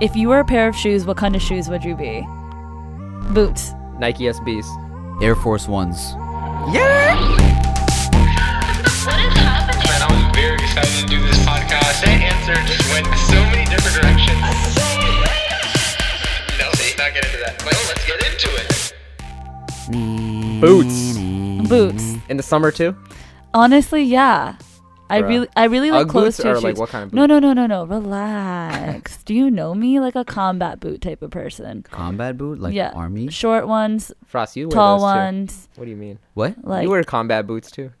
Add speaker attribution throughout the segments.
Speaker 1: If you were a pair of shoes, what kind of shoes would you be? Boots.
Speaker 2: Nike SBs.
Speaker 3: Air Force Ones.
Speaker 2: Yeah!
Speaker 4: What is happening?
Speaker 5: Man, I was very excited to do this podcast. That answer just went so many different directions. No, let's not get into that. But let's get into it.
Speaker 2: Boots.
Speaker 1: Boots.
Speaker 2: In the summer too?
Speaker 1: Honestly, yeah. I
Speaker 2: Bruh.
Speaker 1: really, I really like
Speaker 2: Ugg
Speaker 1: closed
Speaker 2: boots or,
Speaker 1: toed
Speaker 2: like,
Speaker 1: shoes.
Speaker 2: what kind of
Speaker 1: No, no, no, no, no. Relax. Do you know me? Like a combat boot type of person.
Speaker 3: Combat boot? Like
Speaker 1: yeah.
Speaker 3: army?
Speaker 1: Short ones,
Speaker 2: Frost, you wear
Speaker 1: tall
Speaker 2: those
Speaker 1: ones.
Speaker 2: too. What do you mean?
Speaker 3: What?
Speaker 1: Like
Speaker 2: you wear combat boots too.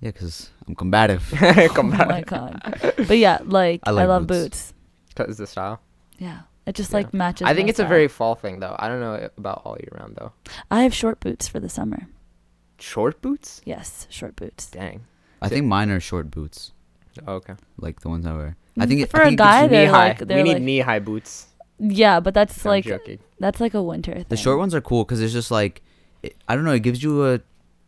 Speaker 3: Yeah, because I'm combative.
Speaker 1: oh my
Speaker 2: combat.
Speaker 1: god. But yeah, like I,
Speaker 3: I like
Speaker 1: love
Speaker 3: boots.
Speaker 1: boots.
Speaker 2: Because the style.
Speaker 1: Yeah. It just
Speaker 2: Yeah.
Speaker 1: like matches.
Speaker 2: I think
Speaker 1: my
Speaker 2: it's a
Speaker 1: style.
Speaker 2: very fall thing though. I don't know about all year round though.
Speaker 1: I have short boots for the summer.
Speaker 2: Short boots?
Speaker 1: Yes, short boots.
Speaker 2: Dang.
Speaker 3: I think mine are short boots,
Speaker 2: Okay.
Speaker 3: like the ones I wear. I think it,
Speaker 1: Mm, For
Speaker 3: I
Speaker 1: a
Speaker 3: think it gives
Speaker 1: guy,
Speaker 3: you-
Speaker 1: they're
Speaker 2: knee high.
Speaker 1: like
Speaker 2: we
Speaker 1: they're
Speaker 2: need
Speaker 1: like
Speaker 2: knee high boots.
Speaker 1: yeah, but that's
Speaker 2: I'm
Speaker 1: like
Speaker 2: joking.
Speaker 1: that's like a winter thing.
Speaker 3: the short ones are cool because it's just like, it, I don't know, it gives you a,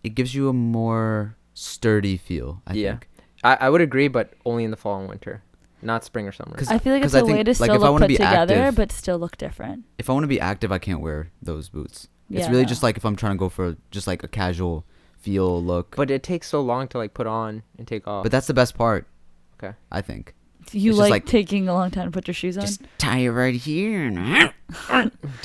Speaker 3: it gives you a more sturdy feel. I
Speaker 2: Yeah.
Speaker 3: think.
Speaker 2: I, I would agree, but only in the fall and winter, not spring or summer.
Speaker 3: 'Cause-
Speaker 1: I feel like
Speaker 3: 'cause
Speaker 1: it's
Speaker 3: I
Speaker 1: a way
Speaker 3: think,
Speaker 1: to
Speaker 3: like,
Speaker 1: still
Speaker 3: if I
Speaker 1: look
Speaker 3: wanna
Speaker 1: put
Speaker 3: be
Speaker 1: together,
Speaker 3: active-
Speaker 1: but still look different.
Speaker 3: If I want to be active, I can't wear those boots. it's
Speaker 1: Yeah,
Speaker 3: really
Speaker 1: no.
Speaker 3: just like if I'm trying to go for just like a casual feel look.
Speaker 2: But it takes so long to like put on and take off.
Speaker 3: But that's the best part.
Speaker 2: Okay.
Speaker 3: I think.
Speaker 1: You
Speaker 3: It's just
Speaker 1: like,
Speaker 3: like-
Speaker 1: taking a long time to put your shoes on.
Speaker 3: Just tie it right here and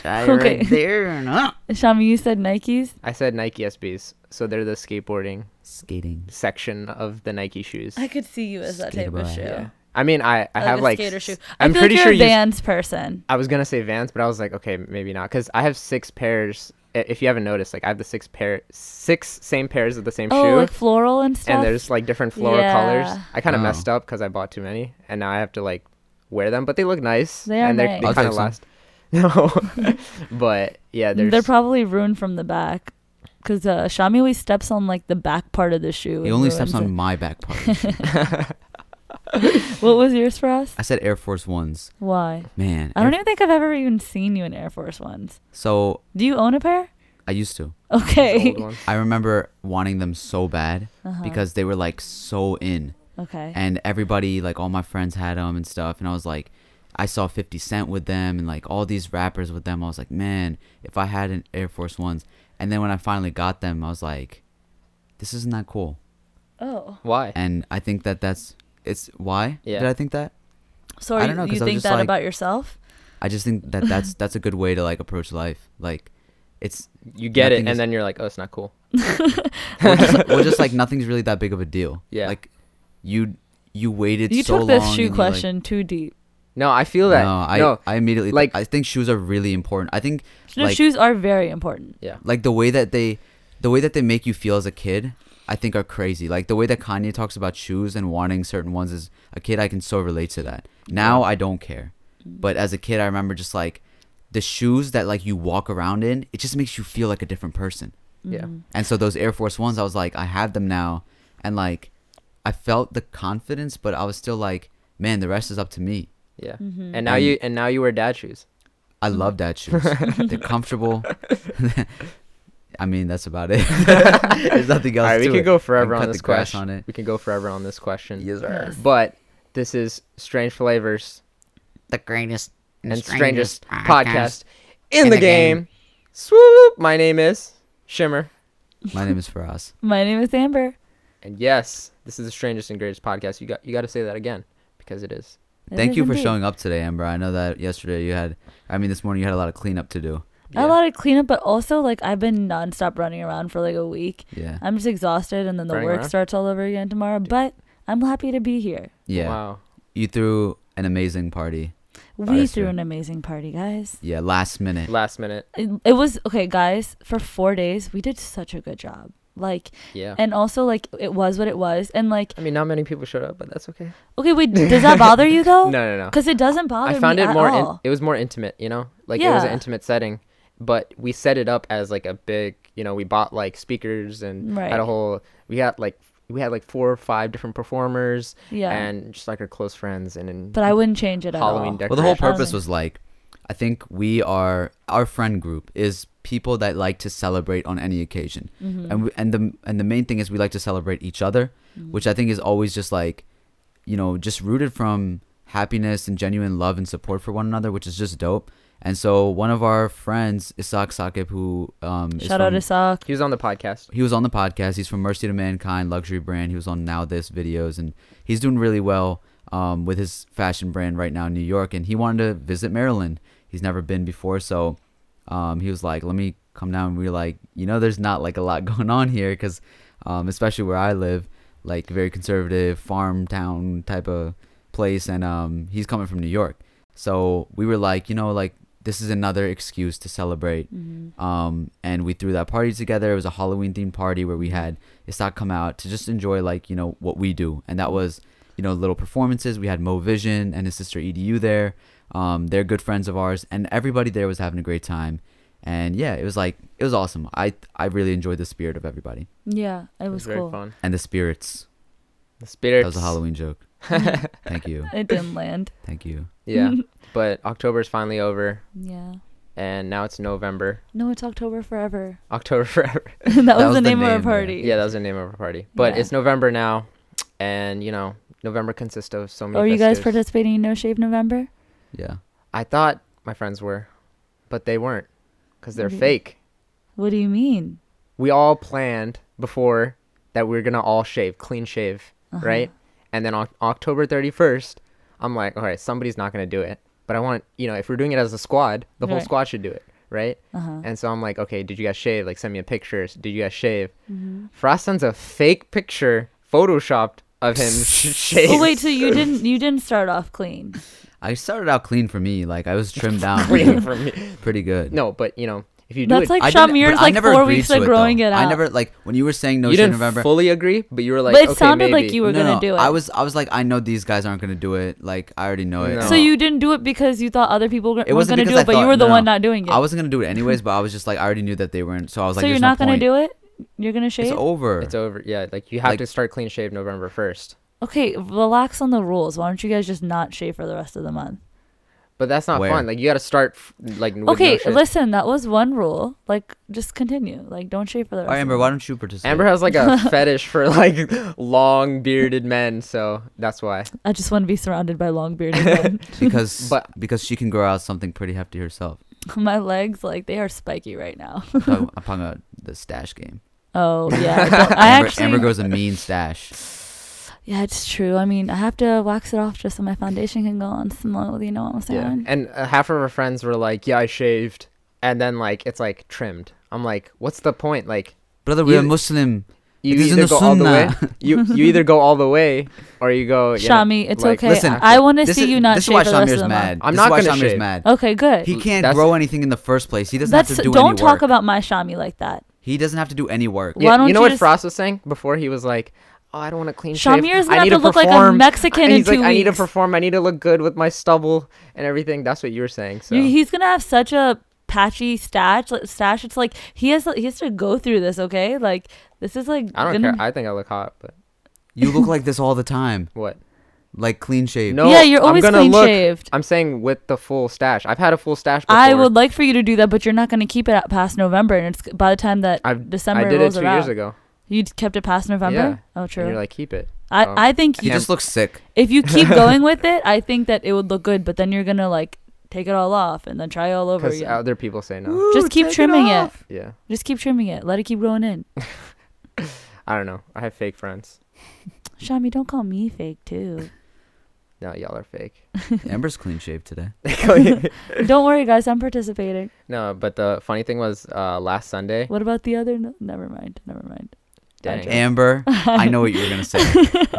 Speaker 3: tie it
Speaker 1: Okay.
Speaker 3: right there and
Speaker 1: Shami, you said Nikes.
Speaker 2: I said Nike SBs, so they're the skateboarding
Speaker 3: skating.
Speaker 2: section of the Nike shoes.
Speaker 1: I could see you as that type of
Speaker 3: Skateboy.
Speaker 1: shoe.
Speaker 3: Yeah.
Speaker 2: I mean, I, I
Speaker 1: Like
Speaker 2: have
Speaker 1: a
Speaker 2: like
Speaker 1: skater shoe.
Speaker 2: s-
Speaker 1: I
Speaker 2: I'm
Speaker 1: feel
Speaker 2: pretty
Speaker 1: like
Speaker 2: sure
Speaker 1: you're
Speaker 2: you.
Speaker 1: a Vans person.
Speaker 2: I was gonna say Vans, but I was like, okay, maybe not, because I have six pairs. i- If you haven't noticed, like I have the six pair, six same pairs of the same
Speaker 1: Oh,
Speaker 2: shoe,
Speaker 1: like floral and stuff.
Speaker 2: and there's like different floral colors.
Speaker 1: Yeah.
Speaker 2: I kind of
Speaker 3: Oh.
Speaker 2: messed up because I bought too many, and now I have to like wear them, but they look nice,
Speaker 1: They are
Speaker 2: and
Speaker 1: nice.
Speaker 2: they
Speaker 3: I'll
Speaker 2: kind of
Speaker 3: take some.
Speaker 2: last. No, but yeah, there's
Speaker 1: They're probably ruined from the back, because uh, Shami always steps on like the back part of the shoe.
Speaker 3: He
Speaker 1: and
Speaker 3: only steps
Speaker 1: ruins
Speaker 3: on my back part.
Speaker 1: it. What was yours for us?
Speaker 3: I said Air Force Ones.
Speaker 1: Why?
Speaker 3: Man.
Speaker 1: I don't
Speaker 3: Air-
Speaker 1: even think I've ever even seen you in Air Force Ones.
Speaker 3: So
Speaker 1: Do you own a pair?
Speaker 3: I used to.
Speaker 1: Okay.
Speaker 2: old ones.
Speaker 3: I remember wanting them so bad
Speaker 1: Uh-huh.
Speaker 3: because they were like so in.
Speaker 1: Okay.
Speaker 3: and everybody like all my friends had them and stuff and i was like i saw 50 cent with them and like all these rappers with them i was like man if i had an air force ones and then when i finally got them i was like this isn't that cool
Speaker 1: oh.
Speaker 2: Why?
Speaker 3: and i think that that's it's why
Speaker 2: Yeah.
Speaker 3: did i think that
Speaker 1: So
Speaker 3: I
Speaker 1: are you,
Speaker 3: don't know,
Speaker 1: you
Speaker 3: 'cause I was
Speaker 1: think
Speaker 3: just
Speaker 1: that
Speaker 3: like-
Speaker 1: about yourself?
Speaker 3: i just think that that's that's a good way to like approach life like it's
Speaker 2: You get it,
Speaker 3: nothing
Speaker 2: and
Speaker 3: is-
Speaker 2: then you're like, oh, it's not cool.
Speaker 3: or just, or just like nothing's really that big of a deal
Speaker 2: Yeah.
Speaker 3: like you you waited
Speaker 1: you
Speaker 3: so
Speaker 1: took this
Speaker 3: long
Speaker 1: shoe
Speaker 3: and you, like-
Speaker 1: question too deep.
Speaker 2: No, I feel that.
Speaker 3: no i i immediately
Speaker 2: like-
Speaker 3: like i think shoes are really important i think
Speaker 1: No,
Speaker 3: like,
Speaker 1: shoes are very important.
Speaker 2: yeah.
Speaker 3: like the way that they the way that they make you feel as a kid i think are crazy like the way that kanye talks about shoes and wanting certain ones as a kid i can so relate to that now i don't care but as a kid i remember just like the shoes that like you walk around in it just makes you feel like a different person
Speaker 1: Mm-hmm.
Speaker 2: Yeah.
Speaker 3: and so those air force ones i was like i have them now and like i felt the confidence but i was still like man the rest is up to me
Speaker 2: Yeah.
Speaker 1: Mm-hmm.
Speaker 2: And now you and now you wear dad shoes.
Speaker 3: i
Speaker 2: Mm-hmm.
Speaker 3: love dad shoes they're comfortable i mean that's about it there's nothing else
Speaker 2: All right, we
Speaker 3: to
Speaker 2: could
Speaker 3: it.
Speaker 2: go
Speaker 3: I
Speaker 2: forever
Speaker 3: can
Speaker 2: on
Speaker 3: cut
Speaker 2: this
Speaker 3: the grass
Speaker 2: question.
Speaker 3: on it.
Speaker 2: We can go forever on this question.
Speaker 1: Yes.
Speaker 2: But this is strange flavors
Speaker 6: the greatest
Speaker 2: and, strangest,
Speaker 6: strangest
Speaker 2: podcast, in, the, game. Swoop. My name is Shimmer,
Speaker 3: My name is Faraz.
Speaker 1: My name is Amber.
Speaker 2: and yes, this is the strangest and greatest podcast. You got you got to say that again because it is.
Speaker 1: It
Speaker 3: Thank
Speaker 1: is
Speaker 3: you for
Speaker 1: indeed.
Speaker 3: showing up today, Amber. I know that yesterday you had, I mean, this morning you had a lot of cleanup to do.
Speaker 1: a
Speaker 2: Yeah.
Speaker 1: lot of cleanup, but also like I've been nonstop running around for like a week.
Speaker 3: Yeah.
Speaker 1: I'm just exhausted, and then the
Speaker 2: Running
Speaker 1: work
Speaker 2: around?
Speaker 1: starts all over again tomorrow. But I'm happy to be here.
Speaker 3: Yeah.
Speaker 2: Wow.
Speaker 3: You threw an amazing party.
Speaker 1: We
Speaker 3: Oh, that's
Speaker 1: threw
Speaker 3: good.
Speaker 1: an amazing party, guys.
Speaker 3: Yeah, last minute.
Speaker 2: Last minute.
Speaker 1: It, it was okay, guys. For four days, we did such a good job. Like,
Speaker 2: Yeah.
Speaker 1: and also like it was what it was, and like
Speaker 2: I mean, not many people showed up, but that's okay.
Speaker 1: okay, wait, does that bother you though?
Speaker 2: No, no, no.
Speaker 1: Because it doesn't bother
Speaker 2: I found
Speaker 1: me
Speaker 2: it
Speaker 1: at
Speaker 2: more. In,
Speaker 1: all.
Speaker 2: it was more intimate, you know. Like it was an
Speaker 1: Yeah.
Speaker 2: intimate setting, but we set it up as like a big. You know, we bought like speakers and had
Speaker 1: Right.
Speaker 2: a whole. We got like we had like four or five different performers.
Speaker 1: Yeah.
Speaker 2: And just like our close friends and then
Speaker 1: but I wouldn't change it at
Speaker 2: Halloween
Speaker 1: all.
Speaker 2: decorations.
Speaker 3: Well, the whole
Speaker 1: Decoration.
Speaker 3: purpose was like, I think we are our friend group is people that like to celebrate on any occasion,
Speaker 1: Mm-hmm.
Speaker 3: and we, and the and the main thing is we like to celebrate each other, which I think is always just like, you know, just rooted from happiness and genuine love and support for one another, which is just dope. And so one of our friends, Isak Sakib, who um, is
Speaker 1: Shout out
Speaker 3: from-
Speaker 1: to Sock.
Speaker 2: He was on the podcast.
Speaker 3: he was on the podcast. He's from Mercy to Mankind luxury brand. He was on Now This videos, and he's doing really well um, with his fashion brand right now in New York. And he wanted to visit Maryland. He's never been before, so um, he was like, "Let me come down." And we were like, "You know, there's not like a lot going on here, because um, especially where I live, like very conservative farm town type of place." And um, he's coming from New York, so we were like, "You know, like." This is another excuse to celebrate
Speaker 1: Mm-hmm.
Speaker 3: um, and we threw that party together. It was a Halloween themed party where we had Isak come out to just enjoy like you know what we do, and that was you know little performances. We had Mo Vision and his sister Edu there. Um, they're good friends of ours, and everybody there was having a great time. And yeah, it was like it was awesome. I I really enjoyed the spirit of everybody
Speaker 1: Yeah, it
Speaker 2: It
Speaker 1: was,
Speaker 2: was very
Speaker 1: cool.
Speaker 2: fun.
Speaker 3: and the spirits.
Speaker 2: The
Speaker 3: That
Speaker 2: spirits.
Speaker 3: was a Halloween joke. Thank you,
Speaker 1: It didn't land.
Speaker 3: thank you.
Speaker 2: Yeah, but October's finally over,
Speaker 1: Yeah.
Speaker 2: and now it's November.
Speaker 1: No, it's October forever.
Speaker 2: October forever.
Speaker 1: that, was,
Speaker 3: was
Speaker 1: the
Speaker 3: the
Speaker 1: name of
Speaker 3: name,
Speaker 1: our
Speaker 3: yeah.
Speaker 1: party.
Speaker 2: yeah, that was the name of our party. But
Speaker 1: Yeah.
Speaker 2: it's November now, and you know November consists of so many.
Speaker 1: Are Oh, you guys
Speaker 2: festives.
Speaker 1: participating in No Shave November?
Speaker 3: Yeah,
Speaker 2: I thought my friends were, but they weren't, cause they're
Speaker 1: Mhm.
Speaker 2: fake.
Speaker 1: What do you mean?
Speaker 2: we all planned before that we were gonna all shave, clean shave,
Speaker 1: Uh-huh.
Speaker 2: right? And then on October 31st, I'm like, all right, somebody's not gonna do it, but I want, you know, if we're doing it as a squad, the whole
Speaker 1: Right.
Speaker 2: squad should do it, right?
Speaker 1: Uh-huh.
Speaker 2: And so I'm like, okay, did you guys shave? Like, send me a picture. Did you guys shave?
Speaker 1: Mm-hmm.
Speaker 2: Frost sends a fake picture, photoshopped of him sh- shaved.
Speaker 1: Oh wait, so you didn't you didn't start off clean.
Speaker 3: I started out clean for me. Like I was trimmed down
Speaker 2: Clean for me.
Speaker 3: pretty good.
Speaker 2: No, but you know, if you do
Speaker 1: That's
Speaker 2: it,
Speaker 1: like
Speaker 3: I didn't-
Speaker 1: Shamir's
Speaker 3: but I
Speaker 1: like
Speaker 3: never
Speaker 1: four
Speaker 3: agreed
Speaker 1: weeks
Speaker 3: to
Speaker 1: of growing
Speaker 3: though.
Speaker 1: it out.
Speaker 3: I never like when you were saying no
Speaker 2: you
Speaker 3: shit
Speaker 2: didn't
Speaker 3: in November.
Speaker 2: fully agree, but you were like,
Speaker 1: But it
Speaker 2: okay,
Speaker 1: sounded like
Speaker 2: maybe.
Speaker 1: you were gonna do it.
Speaker 3: I was I was like I know these guys aren't gonna do it. Like I already know it.
Speaker 2: No.
Speaker 1: so you didn't do it because you thought other people were
Speaker 3: it
Speaker 1: were
Speaker 3: wasn't
Speaker 1: gonna do it,
Speaker 3: because I
Speaker 1: but
Speaker 3: thought-
Speaker 1: you were the
Speaker 3: no,
Speaker 1: one
Speaker 3: no.
Speaker 1: not doing it.
Speaker 3: I wasn't gonna do it anyways, but I was just like I already knew that they weren't. So I was like,
Speaker 1: so you're
Speaker 3: there's
Speaker 1: not
Speaker 3: no
Speaker 1: gonna
Speaker 3: point.
Speaker 1: do it? You're gonna shave?
Speaker 3: It's over.
Speaker 2: It's over. Yeah, like you have
Speaker 3: Like-
Speaker 2: to start clean shave November 1st.
Speaker 1: Okay, relax on the rules. Why don't you guys just not shave for the rest of the month?
Speaker 2: But that's not
Speaker 3: Where?
Speaker 2: fun. Like you got to start f- like with
Speaker 1: okay,
Speaker 2: No shit.
Speaker 1: listen, that was one rule. Like, just continue. Like, don't shave for the
Speaker 3: All
Speaker 1: rest.
Speaker 3: right,
Speaker 1: of
Speaker 3: Amber,
Speaker 1: the
Speaker 3: why
Speaker 1: month.
Speaker 3: don't you participate?
Speaker 2: Amber has like a fetish for like long bearded men, so that's why.
Speaker 1: I just want to be surrounded by long bearded men.
Speaker 3: because
Speaker 2: But-
Speaker 3: because she can grow out something pretty hefty herself.
Speaker 1: My legs, like, they are spiky right now.
Speaker 3: I'm talking, I'm talking about the stash game.
Speaker 1: Oh yeah, I, don't- I
Speaker 3: Amber,
Speaker 1: actually.
Speaker 3: Amber grows a mean stash.
Speaker 1: yeah, it's true. I mean, I have to wax it off just so my foundation can go on smooth. You know what I'm
Speaker 2: Yeah.
Speaker 1: saying?
Speaker 2: And uh, half of her friends were like, "Yeah, I shaved," and then like it's like trimmed. I'm like, "What's the point?" Like
Speaker 3: Brother, we're
Speaker 2: You-
Speaker 3: a Muslim.
Speaker 2: you
Speaker 3: It is in
Speaker 2: either
Speaker 3: the
Speaker 2: go all the way,
Speaker 3: sunnah.
Speaker 2: you you either go all the way, or you go. you know,
Speaker 1: Shami, it's
Speaker 2: like-
Speaker 1: okay.
Speaker 3: listen,
Speaker 1: I want to
Speaker 3: This
Speaker 1: see
Speaker 3: is-
Speaker 1: you not
Speaker 3: this
Speaker 1: shave for
Speaker 3: is
Speaker 1: the
Speaker 3: why
Speaker 1: rest of
Speaker 3: Shamir's
Speaker 1: the
Speaker 3: mad.
Speaker 1: month.
Speaker 2: I'm
Speaker 3: This
Speaker 2: not
Speaker 3: is why
Speaker 2: gonna
Speaker 3: Shamir's
Speaker 2: shave.
Speaker 3: mad.
Speaker 1: Okay, good.
Speaker 3: He can't
Speaker 2: That's-
Speaker 3: grow anything in the first place. He doesn't
Speaker 1: That's
Speaker 3: have to do
Speaker 1: not
Speaker 3: any
Speaker 1: talk
Speaker 3: work.
Speaker 1: about my Shami like that.
Speaker 3: He doesn't have to do any work.
Speaker 1: Why
Speaker 2: Yeah,
Speaker 1: don't
Speaker 2: you know
Speaker 1: you
Speaker 2: what
Speaker 1: just-
Speaker 2: Frost was saying before? He was like, "Oh, I don't want to clean shave.
Speaker 1: Shamir's gonna
Speaker 2: I
Speaker 1: have
Speaker 2: need
Speaker 1: to look like a
Speaker 2: perform.
Speaker 1: Mexican
Speaker 2: And
Speaker 1: in
Speaker 2: he's like,
Speaker 1: two
Speaker 2: I need to
Speaker 1: weeks."
Speaker 2: perform. I need to look good with my stubble and everything." That's what you were saying. So
Speaker 1: You- He's gonna have such a patchy stash. Like, stash. It's like he has. He has to go through this. Okay, like this is like.
Speaker 2: I don't
Speaker 1: gonna-
Speaker 2: care. I think I look hot, but
Speaker 3: You look like this all the time.
Speaker 2: what?
Speaker 3: Like clean shaved.
Speaker 2: No,
Speaker 1: Yeah, you're
Speaker 2: I'm
Speaker 1: always
Speaker 2: gonna
Speaker 1: clean
Speaker 2: look-
Speaker 1: shaved.
Speaker 2: I'm saying with the full stash. I've had a full stash before.
Speaker 1: I would like for you to do that, but you're not going to keep it out past November, and it's by the time that
Speaker 2: I've,
Speaker 1: December
Speaker 2: I did
Speaker 1: rolls
Speaker 2: it two
Speaker 1: around.
Speaker 2: years ago.
Speaker 1: You d- kept it past November.
Speaker 2: Yeah.
Speaker 1: Oh,
Speaker 2: And
Speaker 1: true.
Speaker 2: you're like, keep it.
Speaker 1: I,
Speaker 2: um,
Speaker 1: I think
Speaker 3: He
Speaker 1: you-
Speaker 3: just looks sick.
Speaker 1: if you keep going with it, I think that it would look good, but then you're gonna like take it all off and then try all over
Speaker 2: Because
Speaker 1: again.
Speaker 2: other people say no.
Speaker 1: Just keep trimming it,
Speaker 2: Yeah.
Speaker 1: Just keep trimming it. Let it keep growing in.
Speaker 2: I don't know. I have fake friends.
Speaker 1: Shami, don't call me fake too.
Speaker 2: No, y'all are fake.
Speaker 3: Amber's clean shaved today.
Speaker 1: don't worry, guys. I'm participating.
Speaker 2: no, but the funny thing was uh, last Sunday.
Speaker 1: What about the other? No, never mind. Never mind.
Speaker 2: Dang.
Speaker 3: Amber, I know what you were gonna say.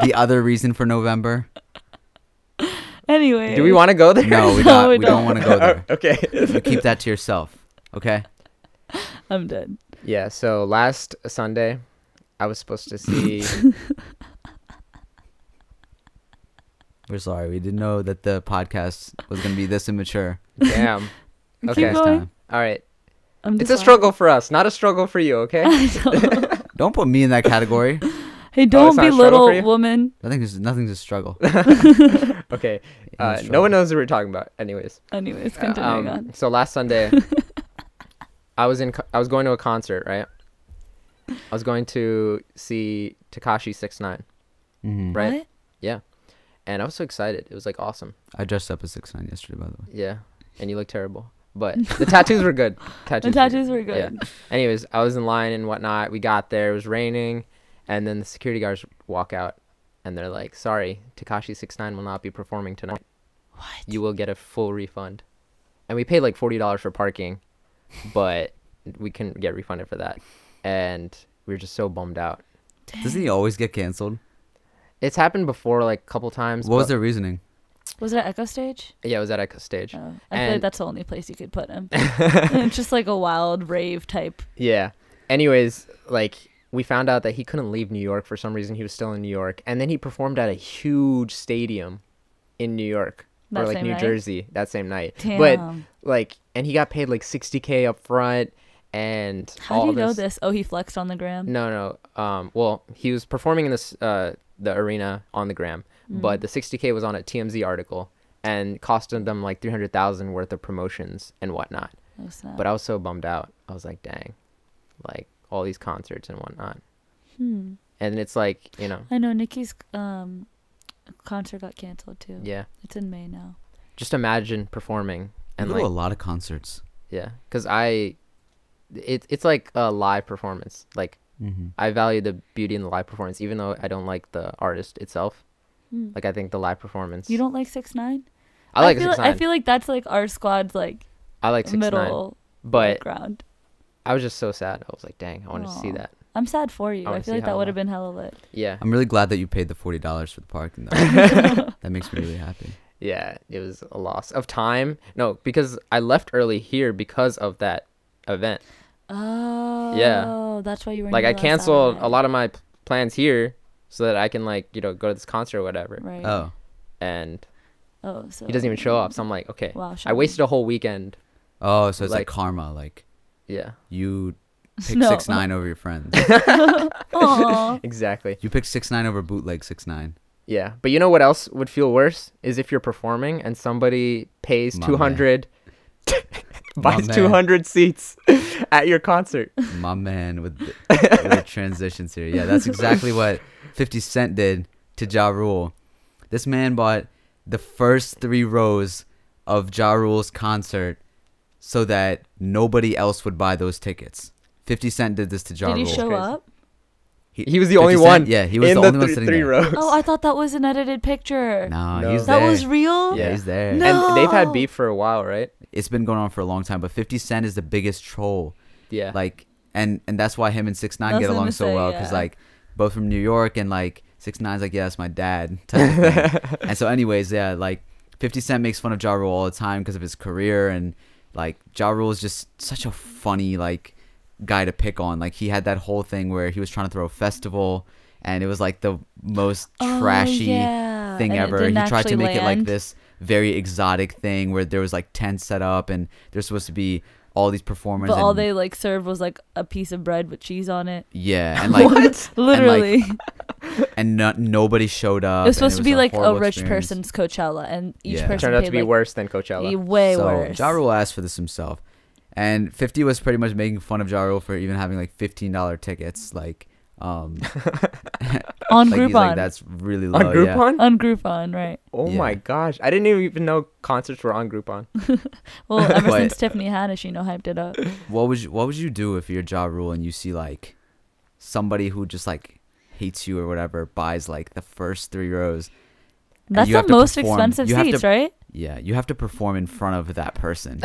Speaker 3: the other reason for November?
Speaker 1: Anyway.
Speaker 2: Do we want to go there?
Speaker 3: No,
Speaker 1: No,
Speaker 3: we don't.
Speaker 1: we
Speaker 3: we don't
Speaker 1: don't.
Speaker 3: want to go there.
Speaker 2: okay.
Speaker 3: You keep that to yourself, okay?
Speaker 1: I'm done.
Speaker 2: Yeah. So last Sunday, I was supposed to see.
Speaker 3: We're sorry. We didn't know that the podcast was gonna be this immature.
Speaker 2: damn. Okay.
Speaker 1: Keep
Speaker 3: Next
Speaker 1: going.
Speaker 3: time.
Speaker 2: All right.
Speaker 1: I'm
Speaker 2: It's a
Speaker 1: just
Speaker 2: struggle for us, not a struggle for you. Okay.
Speaker 3: Don't put me in that category.
Speaker 1: Hey, don't
Speaker 2: not a
Speaker 1: be
Speaker 2: struggle for
Speaker 1: little
Speaker 2: you?
Speaker 1: woman.
Speaker 3: Nothing's nothing's a struggle.
Speaker 2: Okay.
Speaker 3: No
Speaker 2: Uh, no
Speaker 3: struggle.
Speaker 2: one knows what we're talking about. Anyways.
Speaker 1: Anyways,
Speaker 2: Uh,
Speaker 1: continuing
Speaker 2: um,
Speaker 1: on.
Speaker 2: So last Sunday, I was in. co- I was going to a concert, right? I was going to see Takashi Six Nine,
Speaker 3: Mhm.
Speaker 2: right?
Speaker 1: What?
Speaker 2: Yeah, and I was so excited. It was like awesome.
Speaker 3: I dressed up as six nine yesterday, by the way.
Speaker 2: Yeah, and you look terrible. But the tattoos were good. Tattoos
Speaker 1: The tattoos were good.
Speaker 2: Yeah. Anyways, I was in line and whatnot. We got there. It was raining, and then the security guards walk out, and they're like, "Sorry, Takashi Six Nine will not be performing tonight.
Speaker 1: What?
Speaker 2: You will get a full refund." And we paid like forty dollars for parking, but we couldn't get refunded for that, and we were just so bummed out.
Speaker 3: Doesn't he always get canceled?
Speaker 2: It's happened before like a couple times.
Speaker 3: What was
Speaker 2: but-
Speaker 3: their reasoning?
Speaker 1: Was it at Echo Stage?
Speaker 2: Yeah, it was at Echo Stage.
Speaker 1: Oh, I feel like
Speaker 2: And-
Speaker 1: that's the only place you could put him. just like a wild rave type.
Speaker 2: Yeah. Anyways, like we found out that he couldn't leave New York for some reason. He was still in New York, and then he performed at a huge stadium in New York
Speaker 1: That
Speaker 2: or like
Speaker 1: same
Speaker 2: New
Speaker 1: night?
Speaker 2: Jersey that same night.
Speaker 1: Damn.
Speaker 2: But like, and he got paid like 60k up front, and
Speaker 1: How
Speaker 2: all
Speaker 1: do you
Speaker 2: this.
Speaker 1: know this? Oh, he flexed on the gram.
Speaker 2: No, no. Um, well, he was performing in this uh, the arena on the gram, but
Speaker 1: Mm.
Speaker 2: the 60k was on a TMZ article and costed them like 300,000 worth of promotions and whatnot.
Speaker 1: Oh, snap.
Speaker 2: But I was so bummed out. I was like, dang, like all these concerts and whatnot.
Speaker 1: Hmm.
Speaker 2: And it's like, you know,
Speaker 1: I know Nikki's um concert got canceled too.
Speaker 2: yeah,
Speaker 1: It's in May now.
Speaker 2: just imagine performing and
Speaker 3: And go to a
Speaker 2: like,
Speaker 3: lot of concerts.
Speaker 2: yeah, because I, it, it's like a live performance. Like,
Speaker 3: Mm-hmm.
Speaker 2: I value the beauty in the live performance, even though I don't like the artist itself. Like, I think the live performance.
Speaker 1: Hmm. You don't like six nine?
Speaker 2: I like
Speaker 1: feel
Speaker 2: six
Speaker 1: I
Speaker 2: nine.
Speaker 1: feel like that's like our squad's like
Speaker 2: I like six nine.
Speaker 1: middle
Speaker 2: But
Speaker 1: ground.
Speaker 2: I was just so sad. I was like, dang, I wanted to see
Speaker 1: Aw.
Speaker 2: that.
Speaker 1: I'm sad for you.
Speaker 2: I
Speaker 1: I,
Speaker 2: wanna
Speaker 1: feel
Speaker 2: see
Speaker 1: like that
Speaker 2: how
Speaker 1: would have
Speaker 2: long.
Speaker 1: been hella lit.
Speaker 2: Yeah,
Speaker 3: I'm really glad that you paid the forty dollars for the parking. Though. that makes me really happy.
Speaker 2: yeah, it was a loss of time. No, because I left early here because of that event.
Speaker 1: Oh, That's why you were
Speaker 2: like
Speaker 1: here
Speaker 2: I
Speaker 1: last
Speaker 2: canceled a
Speaker 1: Saturday.
Speaker 2: lot of my p- plans here so that I can like you know go to this concert or whatever.
Speaker 1: Right.
Speaker 3: Oh,
Speaker 2: And
Speaker 1: Oh, so
Speaker 2: he doesn't even show up, so I'm like, okay,
Speaker 1: Wow,
Speaker 2: I
Speaker 1: Sean.
Speaker 2: wasted a whole weekend.
Speaker 3: oh, so it's like,
Speaker 2: Like-
Speaker 3: karma. Like
Speaker 2: Yeah,
Speaker 3: you pick
Speaker 1: No.
Speaker 3: six nine over your friends.
Speaker 1: Aw.
Speaker 2: exactly.
Speaker 3: you pick six nine over bootleg six nine.
Speaker 2: Yeah, but you know what else would feel worse is if you're performing and somebody pays
Speaker 3: My man.
Speaker 2: 200, buys
Speaker 3: man.
Speaker 2: 200 seats at your concert.
Speaker 3: My man with the, with the transitions here. Yeah, that's exactly what 50 Cent did to Ja Rule. This man bought the first three rows of Ja Rule's concert so that nobody else would buy those tickets. 50 Cent did this to Ja
Speaker 1: Did
Speaker 3: Rule.
Speaker 1: he show
Speaker 2: crazy.
Speaker 1: up?
Speaker 2: He was the
Speaker 3: 50
Speaker 2: only
Speaker 3: Cent?
Speaker 2: one.
Speaker 3: Yeah, he was
Speaker 2: in
Speaker 3: the only one
Speaker 2: three,
Speaker 3: sitting
Speaker 2: three
Speaker 3: there.
Speaker 2: rows.
Speaker 1: Oh, I thought that was an edited picture.
Speaker 3: No,
Speaker 2: No.
Speaker 3: he's
Speaker 1: that
Speaker 3: there.
Speaker 1: was real.
Speaker 3: Yeah,
Speaker 2: Yeah.
Speaker 3: he's there.
Speaker 1: No.
Speaker 2: and they've had
Speaker 1: No.
Speaker 2: beef for a while, right?
Speaker 3: It's been going on for a long time, but 50 Cent is the biggest troll.
Speaker 2: Yeah.
Speaker 3: like and and that's why him and six
Speaker 1: I
Speaker 3: nine
Speaker 1: was
Speaker 3: get
Speaker 1: gonna
Speaker 3: along so
Speaker 1: say,
Speaker 3: well because
Speaker 1: yeah.
Speaker 3: like both from New York and like six nine's like yeah that's my dad type of thing. and so anyways yeah like Fifty Cent makes fun of Ja Rule all the time because of his career and like Ja Rule is just such a funny like guy to pick on like he had that whole thing where he was trying to throw a festival and it was like the most
Speaker 1: Oh,
Speaker 3: trashy
Speaker 1: yeah.
Speaker 3: thing
Speaker 1: Uh, And it
Speaker 3: ever he
Speaker 1: didn't
Speaker 3: tried to
Speaker 1: actually
Speaker 3: make it like
Speaker 1: land.
Speaker 3: this this very exotic thing where there was like tents set up and there's supposed to be all these performers.
Speaker 1: But all
Speaker 3: and-
Speaker 1: they like served was like a piece of bread with cheese on it.
Speaker 3: yeah, and like oh,
Speaker 1: Literally,
Speaker 3: and no, nobody showed up.
Speaker 1: it was
Speaker 3: and
Speaker 1: supposed to be
Speaker 3: a
Speaker 1: like a
Speaker 3: horrible
Speaker 1: rich
Speaker 3: experience.
Speaker 1: person's Coachella, and each
Speaker 3: Yeah.
Speaker 1: person
Speaker 2: Turned out to
Speaker 1: paid,
Speaker 2: be
Speaker 1: like,
Speaker 2: worse than Coachella.
Speaker 1: e- way worse.
Speaker 3: Ja Rule asked for this himself, and Fifty was pretty much making fun of Ja Rule for even having like fifteen dollar tickets. Like, um,
Speaker 1: on
Speaker 3: like,
Speaker 1: Groupon.
Speaker 3: he's like that's really low.
Speaker 2: on
Speaker 3: Oh, yeah.
Speaker 2: Groupon?
Speaker 1: on Groupon, right?
Speaker 2: Oh
Speaker 3: Yeah.
Speaker 2: my gosh. I didn't even know concerts were on Groupon.
Speaker 1: Well, ever
Speaker 3: But-
Speaker 1: since Tiffany Haddish, you know, hyped it up.
Speaker 3: What would you What would you do if you're Ja Rule and you see like somebody who just like hates you or whatever buys like the first three rows? and
Speaker 1: That's
Speaker 3: you
Speaker 1: the
Speaker 3: have to
Speaker 1: most
Speaker 3: perform-
Speaker 1: expensive
Speaker 3: you have to-
Speaker 1: seats, right?
Speaker 3: Yeah, you have to perform in front of that person.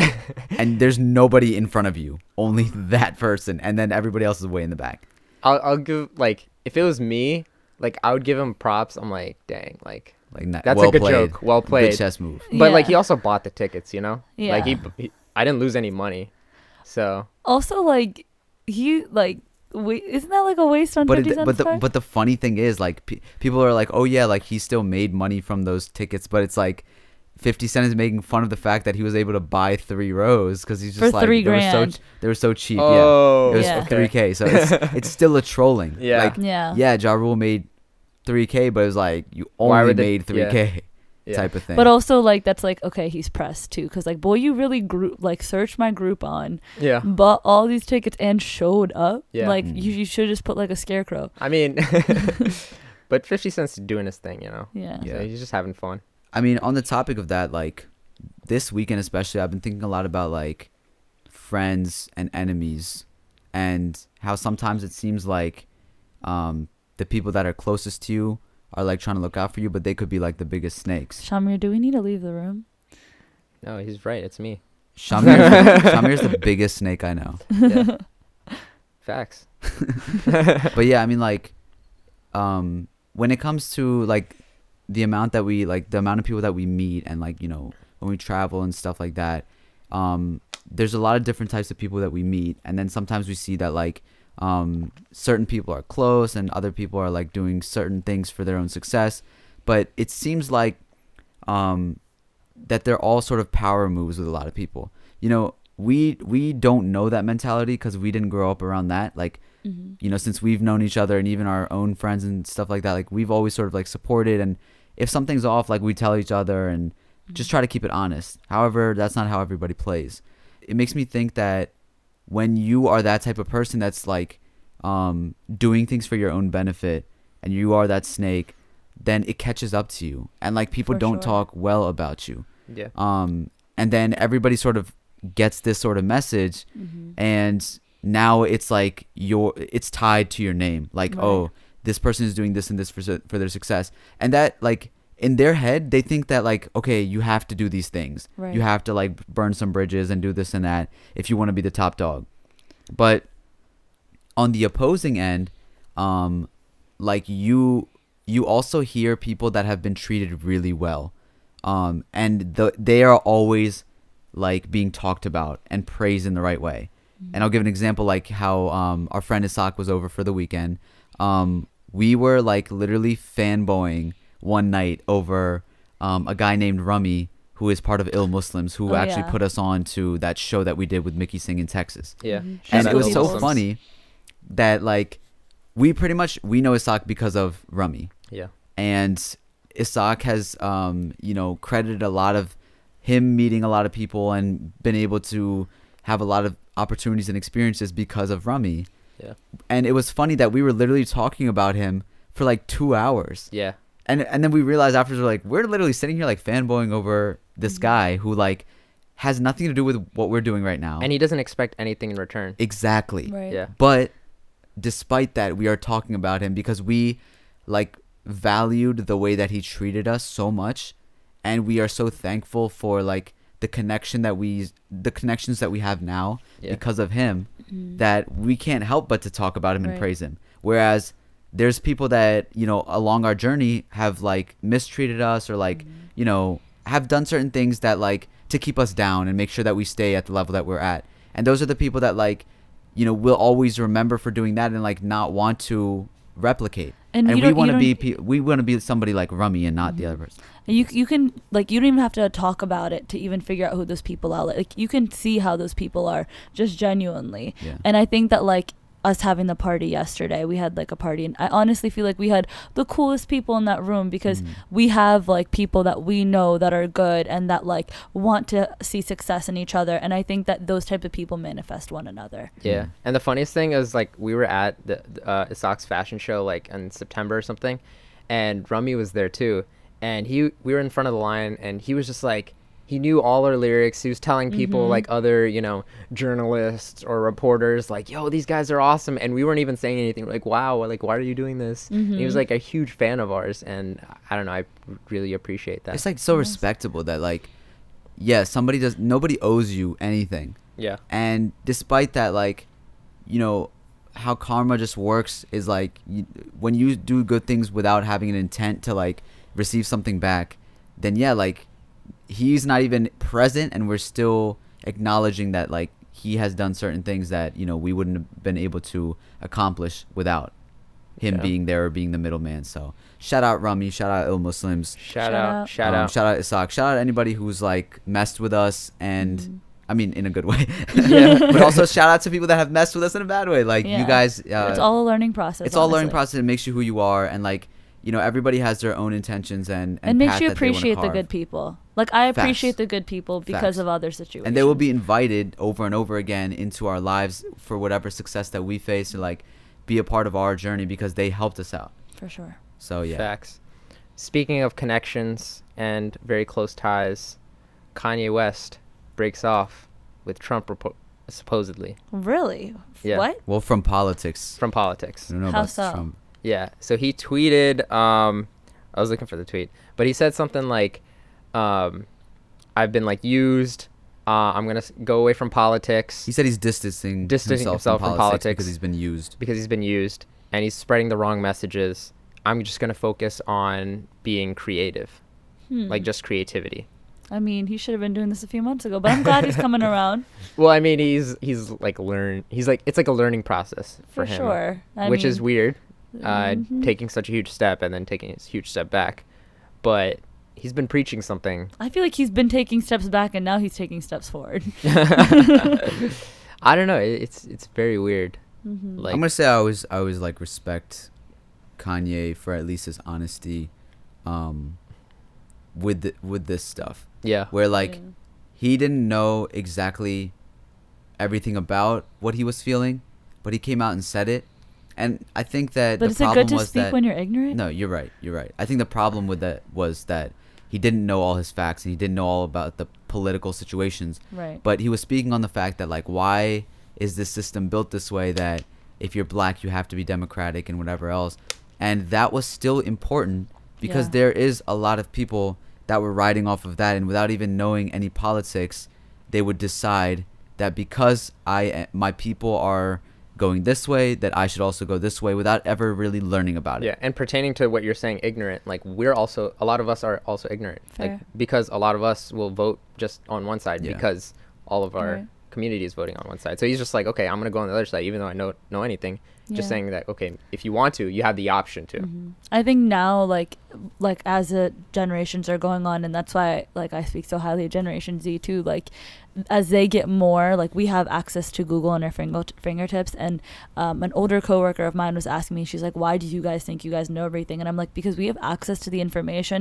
Speaker 3: and there's nobody in front of you, only that person. And then everybody else is way in the back.
Speaker 2: I'll, I'll give, like, if it was me, like, I would give him props. I'm like, dang, like,
Speaker 3: Like not,
Speaker 2: That's a
Speaker 3: well
Speaker 2: good
Speaker 3: played.
Speaker 2: joke. Well played.
Speaker 3: Good chess move.
Speaker 2: But like
Speaker 1: Yeah.
Speaker 2: he also bought the tickets, you know. Like he,
Speaker 1: Yeah.
Speaker 2: he I didn't lose any money, so
Speaker 1: Also, like he like wait, isn't that like a waste on
Speaker 3: But
Speaker 1: fifty
Speaker 3: it,
Speaker 1: cents?
Speaker 3: but the
Speaker 1: card?
Speaker 3: but the funny thing is like pe- people are like, "Oh yeah, like he still made money from those tickets," but it's like 50 Cent is making fun of the fact that he was able to buy three rows because he's
Speaker 1: For
Speaker 3: just like
Speaker 1: three
Speaker 3: they were so
Speaker 1: grand.
Speaker 3: ch- they were so cheap.
Speaker 2: Oh,
Speaker 3: yeah, it was
Speaker 1: Yeah.
Speaker 3: three k. So it's, it's still a trolling.
Speaker 2: Yeah.
Speaker 3: like,
Speaker 1: Yeah.
Speaker 3: yeah. Ja Rule made three k, but it was like you
Speaker 2: Why
Speaker 3: only
Speaker 2: would they-
Speaker 3: made three k
Speaker 2: Yeah.
Speaker 3: type of thing.
Speaker 1: But also, like, that's like, okay, he's pressed too. Cause, like, boy, you really group, like, search my Groupon,
Speaker 2: yeah.
Speaker 1: bought all these tickets and showed up.
Speaker 2: Yeah.
Speaker 3: Mm.
Speaker 1: Like, you, you should just put, like, a scarecrow.
Speaker 2: I mean, But 50 Cent's doing his thing, you know?
Speaker 1: Yeah.
Speaker 3: Yeah.
Speaker 2: So he's just having fun.
Speaker 3: I mean, on the topic of that, like this weekend especially, I've been thinking a lot about like friends and enemies, and how sometimes it seems like um, the people that are closest to you are like trying to look out for you, but they could be like the biggest snakes.
Speaker 1: Shamir, do we need to leave the room?
Speaker 2: No, he's right. It's me.
Speaker 3: Shamir, Shamir's the biggest snake I know.
Speaker 2: Yeah. Facts.
Speaker 3: but yeah, I mean like um when it comes to like the amount that we like the amount of people that we meet and like, you know, when we travel and stuff like that, um there's a lot of different types of people that we meet and then sometimes we see that like um certain people are close and other people are like doing certain things for their own success, but it seems like um that they're all sort of power moves with a lot of people. You know, we we don't know that mentality because we didn't grow up around that. Like,
Speaker 1: Mm-hmm.
Speaker 3: you know, since we've known each other and even our own friends and stuff like that, like we've always sort of like supported. And if something's off, like we tell each other and
Speaker 1: Mm-hmm.
Speaker 3: just try to keep it honest. However, that's not how everybody plays. It makes me think that when you are that type of person that's like um, doing things for your own benefit and you are that snake, then it catches up to you. And like people
Speaker 1: For
Speaker 3: don't
Speaker 1: sure.
Speaker 3: talk well about you
Speaker 2: Yeah.
Speaker 3: um, and then everybody sort of gets this sort of message and now it's like your it's tied to your name like
Speaker 1: Right.
Speaker 3: oh this person is doing this and this for, su- for their success and that like in their head they think that like okay you have to do these things
Speaker 1: Right.
Speaker 3: you have to like burn some bridges and do this and that if you want to be the top dog but on the opposing end um like you you also hear people that have been treated really well um and the, they are always like being talked about and praised in the right way
Speaker 1: Mm-hmm.
Speaker 3: and i'll give an example like how um our friend isak was over for the weekend um we were like literally fanboying one night over um a guy named rummy who is part of ill muslims who
Speaker 1: Oh,
Speaker 3: actually
Speaker 1: yeah.
Speaker 3: put us on to that show that we did with mickey singh in texas
Speaker 2: Yeah.
Speaker 1: Shout
Speaker 3: mm-hmm. and
Speaker 1: out
Speaker 3: it was
Speaker 1: to
Speaker 3: so
Speaker 1: Muslims.
Speaker 3: funny that like we pretty much we know Isak because of Rummy,
Speaker 2: Yeah.
Speaker 3: and Isak has um you know credited a lot of him meeting a lot of people and been able to have a lot of opportunities and experiences because of Rummy.
Speaker 2: Yeah.
Speaker 3: And it was funny that we were literally talking about him for like two hours.
Speaker 2: Yeah.
Speaker 3: And and then we realized afterwards we're like we're literally sitting here like fanboying over
Speaker 2: Mm-hmm.
Speaker 3: this guy who like has nothing to do with what we're doing right now.
Speaker 2: And he doesn't expect anything in return.
Speaker 3: exactly.
Speaker 1: Right.
Speaker 2: Yeah.
Speaker 3: But despite that, we are talking about him because we like valued the way that he treated us so much, and we are so thankful for like the connection that we the connections that we have now
Speaker 2: Yeah. Mm-hmm.
Speaker 3: because of him that we can't help but to talk about him
Speaker 1: Right.
Speaker 3: and praise him. Whereas there's people that you know along our journey have like mistreated us or like you know have done certain things that like to keep us down and make sure that we stay at the level that we're at. And those are the people that like you know we'll always remember for doing that and like not want to replicate.
Speaker 1: And
Speaker 3: And,
Speaker 1: you don't-
Speaker 3: we
Speaker 1: you
Speaker 3: want to
Speaker 1: don't-
Speaker 3: be pe- we want to be somebody like Rummy and not the other person.
Speaker 1: You you can like you don't even have to talk about it to even figure out who those people are. Like you can see how those people are just genuinely.
Speaker 3: Yeah.
Speaker 1: And I think that like us having the party yesterday, we had like a party and I honestly feel like we had the coolest people in that room because
Speaker 3: Mm.
Speaker 1: we have like people that we know that are good and that like want to see success in each other and I think that those type of people manifest one another.
Speaker 2: Yeah.
Speaker 3: Hmm.
Speaker 2: And the funniest thing is like we were at the the, uh, Isak's fashion show like in September or something, and Rummy was there too, and he we were in front of the line, and he was just like. He knew all our lyrics. He was telling people
Speaker 1: Mm-hmm.
Speaker 2: like other, you know, journalists or reporters, like, "Yo, these guys are awesome," and we weren't even saying anything. We're like, "Wow, like, why are you doing this?" And he was
Speaker 1: Mm-hmm.
Speaker 2: like a huge fan of ours, and I don't know. I really appreciate that.
Speaker 3: It's like so respectable that like yeah, somebody does nobody owes you anything.
Speaker 2: yeah,
Speaker 3: And despite that, like, you know, how karma just works is like you, when you do good things without having an intent to like receive something back, then yeah, like he's not even present, and we're still acknowledging that like he has done certain things that you know we wouldn't have been able to accomplish without him
Speaker 2: Yeah.
Speaker 3: being there or being the middleman. So shout out Rami, shout out Il Muslims,
Speaker 2: shout,
Speaker 1: Shout
Speaker 2: out,
Speaker 1: out.
Speaker 2: shout
Speaker 3: um,
Speaker 2: out,
Speaker 3: Shout out Isak. Shout out anybody who's like messed with us and
Speaker 1: Mm-hmm.
Speaker 3: I mean in a good way.
Speaker 2: Yeah.
Speaker 3: but also shout out to people that have messed with us in a bad way. Like
Speaker 1: Yeah.
Speaker 3: you guys uh,
Speaker 1: it's all a learning process.
Speaker 3: it's all learning
Speaker 1: honestly.
Speaker 3: process. It makes you who you are and like you know everybody has their own intentions and and
Speaker 1: It makes
Speaker 3: path
Speaker 1: you
Speaker 3: that they wanna
Speaker 1: appreciate the
Speaker 3: carve.
Speaker 1: good people. Like I
Speaker 3: Facts.
Speaker 1: appreciate the good people because
Speaker 3: Facts.
Speaker 1: of other situations.
Speaker 3: And they will be invited over and over again into our lives for whatever success that we face to like be a part of our journey because they helped us out.
Speaker 1: for sure.
Speaker 3: So Oh, yeah,
Speaker 2: Facts. Speaking of connections and very close ties, Kanye West breaks off with Trump repo- supposedly
Speaker 1: Really?
Speaker 2: Yeah.
Speaker 1: What?
Speaker 3: well from politics.
Speaker 2: from politics.
Speaker 3: I don't know
Speaker 1: How
Speaker 3: about
Speaker 1: so?
Speaker 3: Trump.
Speaker 2: Yeah. So he tweeted. Um, I was looking for the tweet, but he said something like, um, "I've been like used. Uh, I'm gonna s- go away from politics
Speaker 3: He said he's distancing,
Speaker 2: Distancing himself from
Speaker 3: because
Speaker 2: politics.
Speaker 3: he's been used.
Speaker 2: because he's been used, and he's spreading the wrong messages. I'm just gonna focus on being creative,
Speaker 1: Hmm.
Speaker 2: like just creativity."
Speaker 1: I mean, he should have been doing this a few months ago, but I'm glad he's coming around
Speaker 2: Well, I mean, he's he's like learn. He's like it's like a learning process for,
Speaker 1: for,
Speaker 2: him,
Speaker 1: sure. I
Speaker 2: which
Speaker 1: mean,
Speaker 2: is
Speaker 1: mm-hmm.
Speaker 2: weird. Uh, Taking such a huge step and then taking a huge step back, but he's been preaching something.
Speaker 1: I feel like he's been taking steps back and now he's taking steps forward.
Speaker 2: I don't know. It, it's it's very weird.
Speaker 1: Mm-hmm.
Speaker 2: Like
Speaker 3: I'm gonna say I always I always like respect Kanye for at least his honesty um with the, with this stuff
Speaker 2: yeah,
Speaker 3: where like he didn't know exactly everything about what he was feeling but he came out and said it and I think that
Speaker 1: But
Speaker 3: the
Speaker 1: is it
Speaker 3: problem
Speaker 1: good to
Speaker 3: was
Speaker 1: speak
Speaker 3: that
Speaker 1: when you're ignorant?
Speaker 3: no you're right you're right I think the problem with that was that he didn't know all his facts and he didn't know all about the political situations
Speaker 1: Right.
Speaker 3: but he was speaking on the fact that like why is this system built this way that if you're black you have to be democratic and whatever else and that was still important because
Speaker 1: Yeah.
Speaker 3: there is a lot of people that were riding off of that and without even knowing any politics they would decide that because i eh, my people are going this way that i should also go this way without ever really learning about it
Speaker 2: yeah. And pertaining to what you're saying, ignorant. Like we're also a lot of us are also ignorant.
Speaker 1: Fair.
Speaker 2: Like because a lot of us will vote just on one side
Speaker 3: Yeah.
Speaker 2: because all of our
Speaker 1: Right.
Speaker 2: community is voting on one side. So he's just like, okay, I'm gonna go on the other side, even though I know know anything.
Speaker 1: Yeah. Mm-hmm.
Speaker 2: Just saying that okay, if you want to, you have the option to.
Speaker 1: I think now, like, like as the generations are going on, and that's why, like, I speak so highly of Generation Z too. Like, as they get more, like, we have access to Google on our finger- fingertips. And um, an older coworker of mine was asking me, she's like, "Why do you guys think you guys know everything?" And I'm like, "Because we have access to the information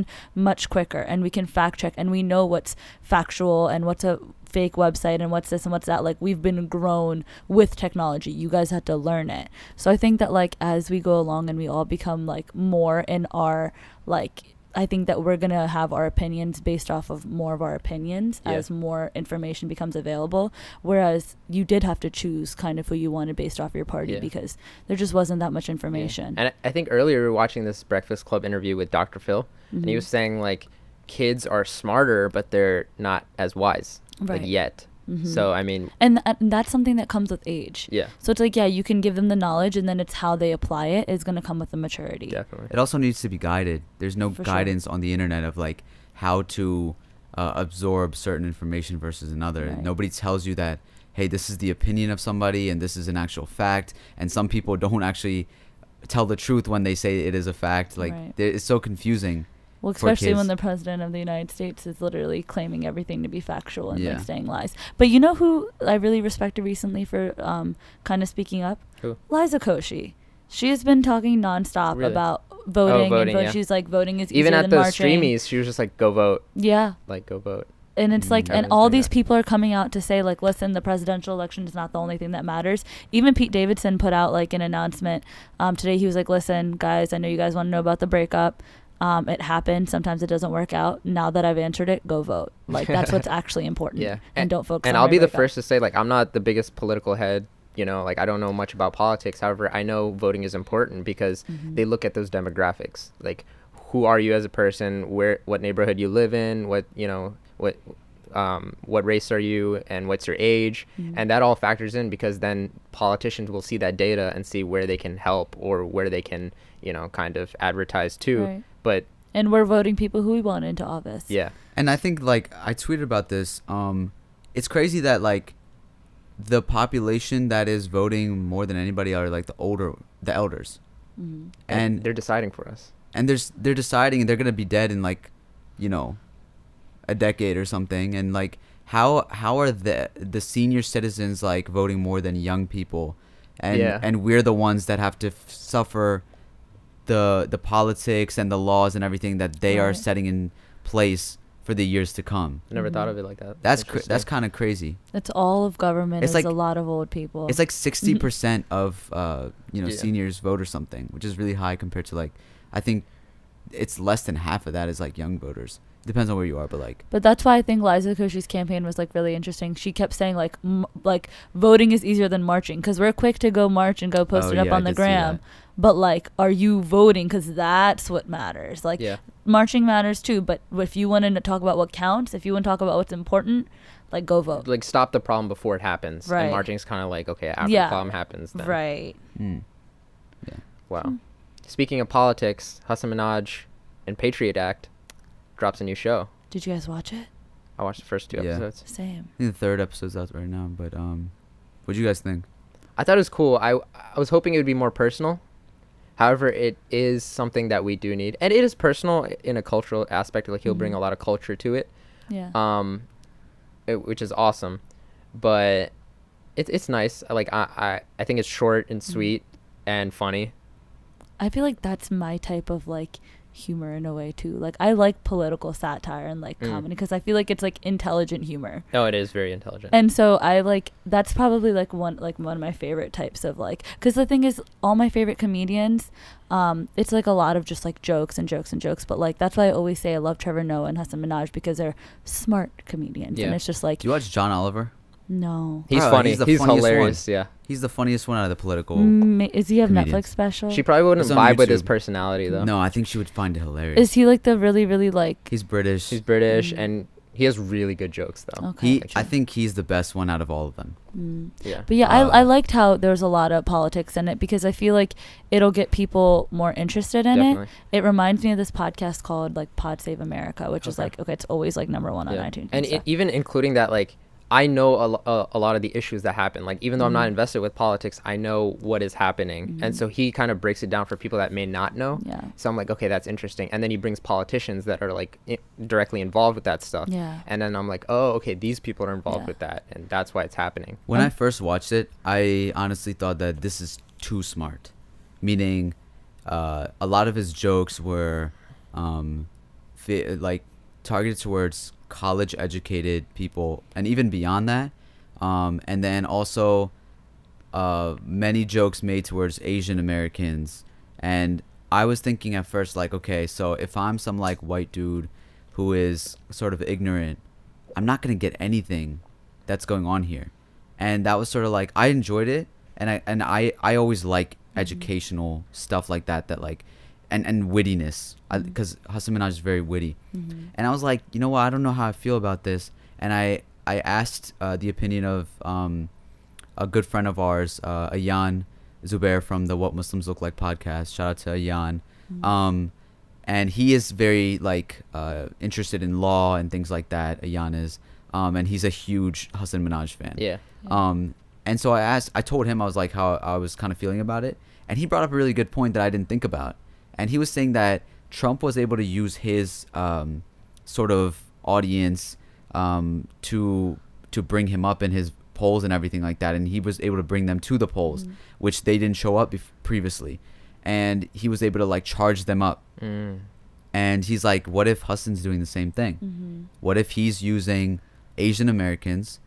Speaker 1: much quicker, and we can fact check, and we know what's factual and what's a fake website and what's this and what's that like we've been grown with technology you guys had to learn it so i think that like as we go along and we all become like more in our like i think that we're gonna have our opinions based off of more of our opinions
Speaker 2: Yeah.
Speaker 1: as more information becomes available whereas you did have to choose kind of who you wanted based off your party
Speaker 2: Yeah.
Speaker 1: because there just wasn't that much
Speaker 2: Yeah.
Speaker 1: information
Speaker 2: And I I think earlier we were watching this Breakfast Club interview with Dr. Phil, and he
Speaker 1: Mm-hmm.
Speaker 2: was saying like kids are smarter, but they're not as wise
Speaker 1: Right. Mm-hmm.
Speaker 2: like yet. So I mean,
Speaker 1: and, th- and that's something that comes with age
Speaker 2: Yeah.
Speaker 1: so it's like yeah you can give them the knowledge and then it's how they apply it is going to come with the maturity
Speaker 2: definitely.
Speaker 3: It also needs to be guided. There's no
Speaker 1: For sure.
Speaker 3: guidance on the internet of like how to uh, absorb certain information versus another.
Speaker 1: Right.
Speaker 3: Nobody tells you that hey, this is the opinion of somebody and this is an actual fact. And some people don't actually tell the truth when they say it is a fact. Like
Speaker 1: Right.
Speaker 3: there- it's so confusing.
Speaker 1: Well,
Speaker 3: for
Speaker 1: especially when
Speaker 3: kids.
Speaker 1: the president of the United States is literally claiming everything to be factual and
Speaker 3: Yeah.
Speaker 1: like saying lies. But you know who I really respected recently for um, kind of speaking up?
Speaker 2: Who?
Speaker 1: Liza Koshy. She has been talking nonstop
Speaker 2: Really? Oh,
Speaker 1: about voting,
Speaker 2: voting,
Speaker 1: and vote.
Speaker 2: yeah.
Speaker 1: she's like voting is
Speaker 2: Even
Speaker 1: easier
Speaker 2: at
Speaker 1: than
Speaker 2: those
Speaker 1: marching.
Speaker 2: streamies, she was just like, "Go vote,
Speaker 1: Yeah,
Speaker 2: like go vote."
Speaker 1: and it's like, and
Speaker 2: Everyone's
Speaker 1: all
Speaker 2: doing
Speaker 1: these
Speaker 2: that.
Speaker 1: people are coming out to say like, listen, the presidential election is not the only thing that matters. Even Pete Davidson put out like an announcement um, today. He was like, listen, guys, I know you guys want to know about the breakup. Um, it happened. Sometimes it doesn't work out. Now that I've answered it, go vote. Like that's what's actually important.
Speaker 2: Yeah,
Speaker 1: and, don't focus.
Speaker 2: And
Speaker 1: on
Speaker 2: I'll
Speaker 1: my
Speaker 2: be the
Speaker 1: breakup.
Speaker 2: first to say like I'm not the biggest political head. You know, like I don't know much about politics. However, I know voting is important because
Speaker 1: Mm-hmm.
Speaker 2: they look at those demographics. Like, who are you as a person? Where, what neighborhood you live in? What you know, what, um, what race are you, and what's your age?
Speaker 1: Mm-hmm.
Speaker 2: And that all factors in because then politicians will see that data and see where they can help or where they can, you know, kind of advertise to.
Speaker 1: Right.
Speaker 2: But
Speaker 1: And we're voting people who we want into office.
Speaker 2: yeah,
Speaker 3: And I think like I tweeted about this. Um, it's crazy that like the population that is voting more than anybody are like the older, the elders. And
Speaker 2: they're deciding for us.
Speaker 3: and there's they're deciding they're gonna be dead in like you know a decade or something and like how how are the the senior citizens like voting more than young people and
Speaker 2: Yeah.
Speaker 3: and we're the ones that have to f- suffer the the politics and the laws and everything that they are
Speaker 1: Right.
Speaker 3: setting in place for the years to come
Speaker 2: I never
Speaker 1: Mm-hmm.
Speaker 2: thought of it like that.
Speaker 3: that's cr-
Speaker 2: Interesting.
Speaker 3: that's kind of crazy
Speaker 1: it's all of government.
Speaker 3: It's
Speaker 1: It's,
Speaker 3: like-
Speaker 1: a lot of old people.
Speaker 3: it's like 60% of uh you know
Speaker 2: Mm-hmm. Yeah.
Speaker 3: seniors vote or something which is really high compared to like I think it's less than half of that is like young voters. Depends on where you are, but like
Speaker 1: But that's why I think Liza Koshy's campaign was like really interesting. She kept saying like m- like voting is easier than marching because we're quick to go march and go post
Speaker 3: Oh,
Speaker 1: it up
Speaker 3: yeah, I
Speaker 1: on the
Speaker 3: did see
Speaker 1: gram.
Speaker 3: that.
Speaker 1: But like, are you voting? Because that's what matters. Like,
Speaker 2: Yeah.
Speaker 1: marching matters too. But if you want to talk about what counts, if you want to talk about what's important, like go vote.
Speaker 2: like stop the problem before it happens.
Speaker 1: Right.
Speaker 2: And marching's kind of like okay, after
Speaker 1: Yeah.
Speaker 2: the problem happens. Then.
Speaker 1: right.
Speaker 2: Hmm. Wow. Speaking of politics, Hassan Minaj and Patriot Act drops a new show.
Speaker 1: Did you guys watch it?
Speaker 2: I watched the first two
Speaker 3: Yeah.
Speaker 2: episodes.
Speaker 1: Same.
Speaker 3: I think the third episode's out right now, but um, what do you guys think?
Speaker 2: I thought it was cool. I I was hoping it would be more personal. However, it is something that we do need, and it is personal in a cultural aspect. Like he'll bring a lot of culture to it,
Speaker 1: Mm-hmm. Yeah.
Speaker 2: um, it- which is awesome. But it's it's nice. Like I I, I think it's short
Speaker 1: Mm-hmm.
Speaker 2: and sweet and funny.
Speaker 1: I feel like that's my type of like humor in a way too. Like I like political satire and like
Speaker 2: Mm.
Speaker 1: comedy because I feel like it's like intelligent humor.
Speaker 2: No, Oh, it is very intelligent.
Speaker 1: And so I like that's probably like one like one of my favorite types of like because the thing is all my favorite comedians, um, it's like a lot of just like jokes and jokes and jokes. But like that's why I always say I love Trevor Noah and Hassan Minaj because they're smart comedians and
Speaker 2: Yeah.
Speaker 1: it's just like
Speaker 3: Do you watch John Oliver?
Speaker 1: no.
Speaker 2: he's
Speaker 3: Bro,
Speaker 2: funny.
Speaker 3: he's
Speaker 2: He's,
Speaker 3: the funniest one.
Speaker 2: hilarious. Yeah.
Speaker 3: He's the funniest one out of the political.
Speaker 1: Mm, is he have
Speaker 3: comedians.
Speaker 1: Netflix special?
Speaker 2: She probably wouldn't
Speaker 3: It's on
Speaker 2: vibe with his
Speaker 3: YouTube.
Speaker 2: personality though.
Speaker 3: No, I think she would find it hilarious.
Speaker 1: is he like the really really like
Speaker 3: he's British.
Speaker 2: He's British and he has really good jokes though.
Speaker 1: Mm. okay?
Speaker 3: he, I think he's the best one out of all of them.
Speaker 2: Yeah.
Speaker 1: But yeah,
Speaker 3: Uh,
Speaker 1: I, I liked how there's a lot of politics in it because I feel like it'll get people more interested in
Speaker 2: Definitely.
Speaker 1: it. It reminds me of this podcast called like Pod Save America, which is
Speaker 2: Okay.
Speaker 1: like okay, it's always like number one on
Speaker 2: Yeah.
Speaker 1: iTunes.
Speaker 2: And
Speaker 1: And
Speaker 2: e-
Speaker 1: stuff.
Speaker 2: even including that, like I know a, lo- a, a lot of the issues that happen. Like even though I'm
Speaker 1: Mm.
Speaker 2: not invested with politics, I know what is happening, and so he kind of breaks it down for people that may not know.
Speaker 1: Yeah.
Speaker 2: So I'm like, okay, that's interesting. And then he brings politicians that are like i- directly involved with that stuff.
Speaker 1: Yeah.
Speaker 2: And then I'm like, oh, okay, these people are involved
Speaker 1: Yeah.
Speaker 2: with that, and that's why it's happening.
Speaker 3: When I first watched it, I honestly thought that this is too smart, meaning uh, a lot of his jokes were um, fi- like targeted towards college-educated people, and even beyond that. Um, and then also, uh, many jokes made towards Asian Americans, and I was thinking at first like, okay, so if I'm some like white dude who is sort of ignorant, I'm not gonna get anything that's going on here, and that was sort of like I enjoyed it, and I and I I always like educational stuff like that that like. And, and wittiness, because Hassan Minaj is very witty, and I was like, you know what, I don't know how I feel about this, and I I asked uh, the opinion of um, a good friend of ours, uh, Ayan Zubair from the What Muslims Look Like podcast. Shout out to Ayan. Um, and he is very like uh, interested in law and things like that. Ayan is, um, and he's a huge Hassan Minaj fan.
Speaker 2: Yeah.
Speaker 3: Um, and so I asked, I told him I was like how I was kind of feeling about it, and he brought up a really good point that I didn't think about, and he was saying that Trump was able to use his um, sort of audience um, to to bring him up in his polls and everything like that, and he was able to bring them to the polls, which they didn't show up bef- previously, and he was able to like charge them up
Speaker 2: Mm.
Speaker 3: and he's like, what if Huston's doing the same thing? What if he's using Asian Americans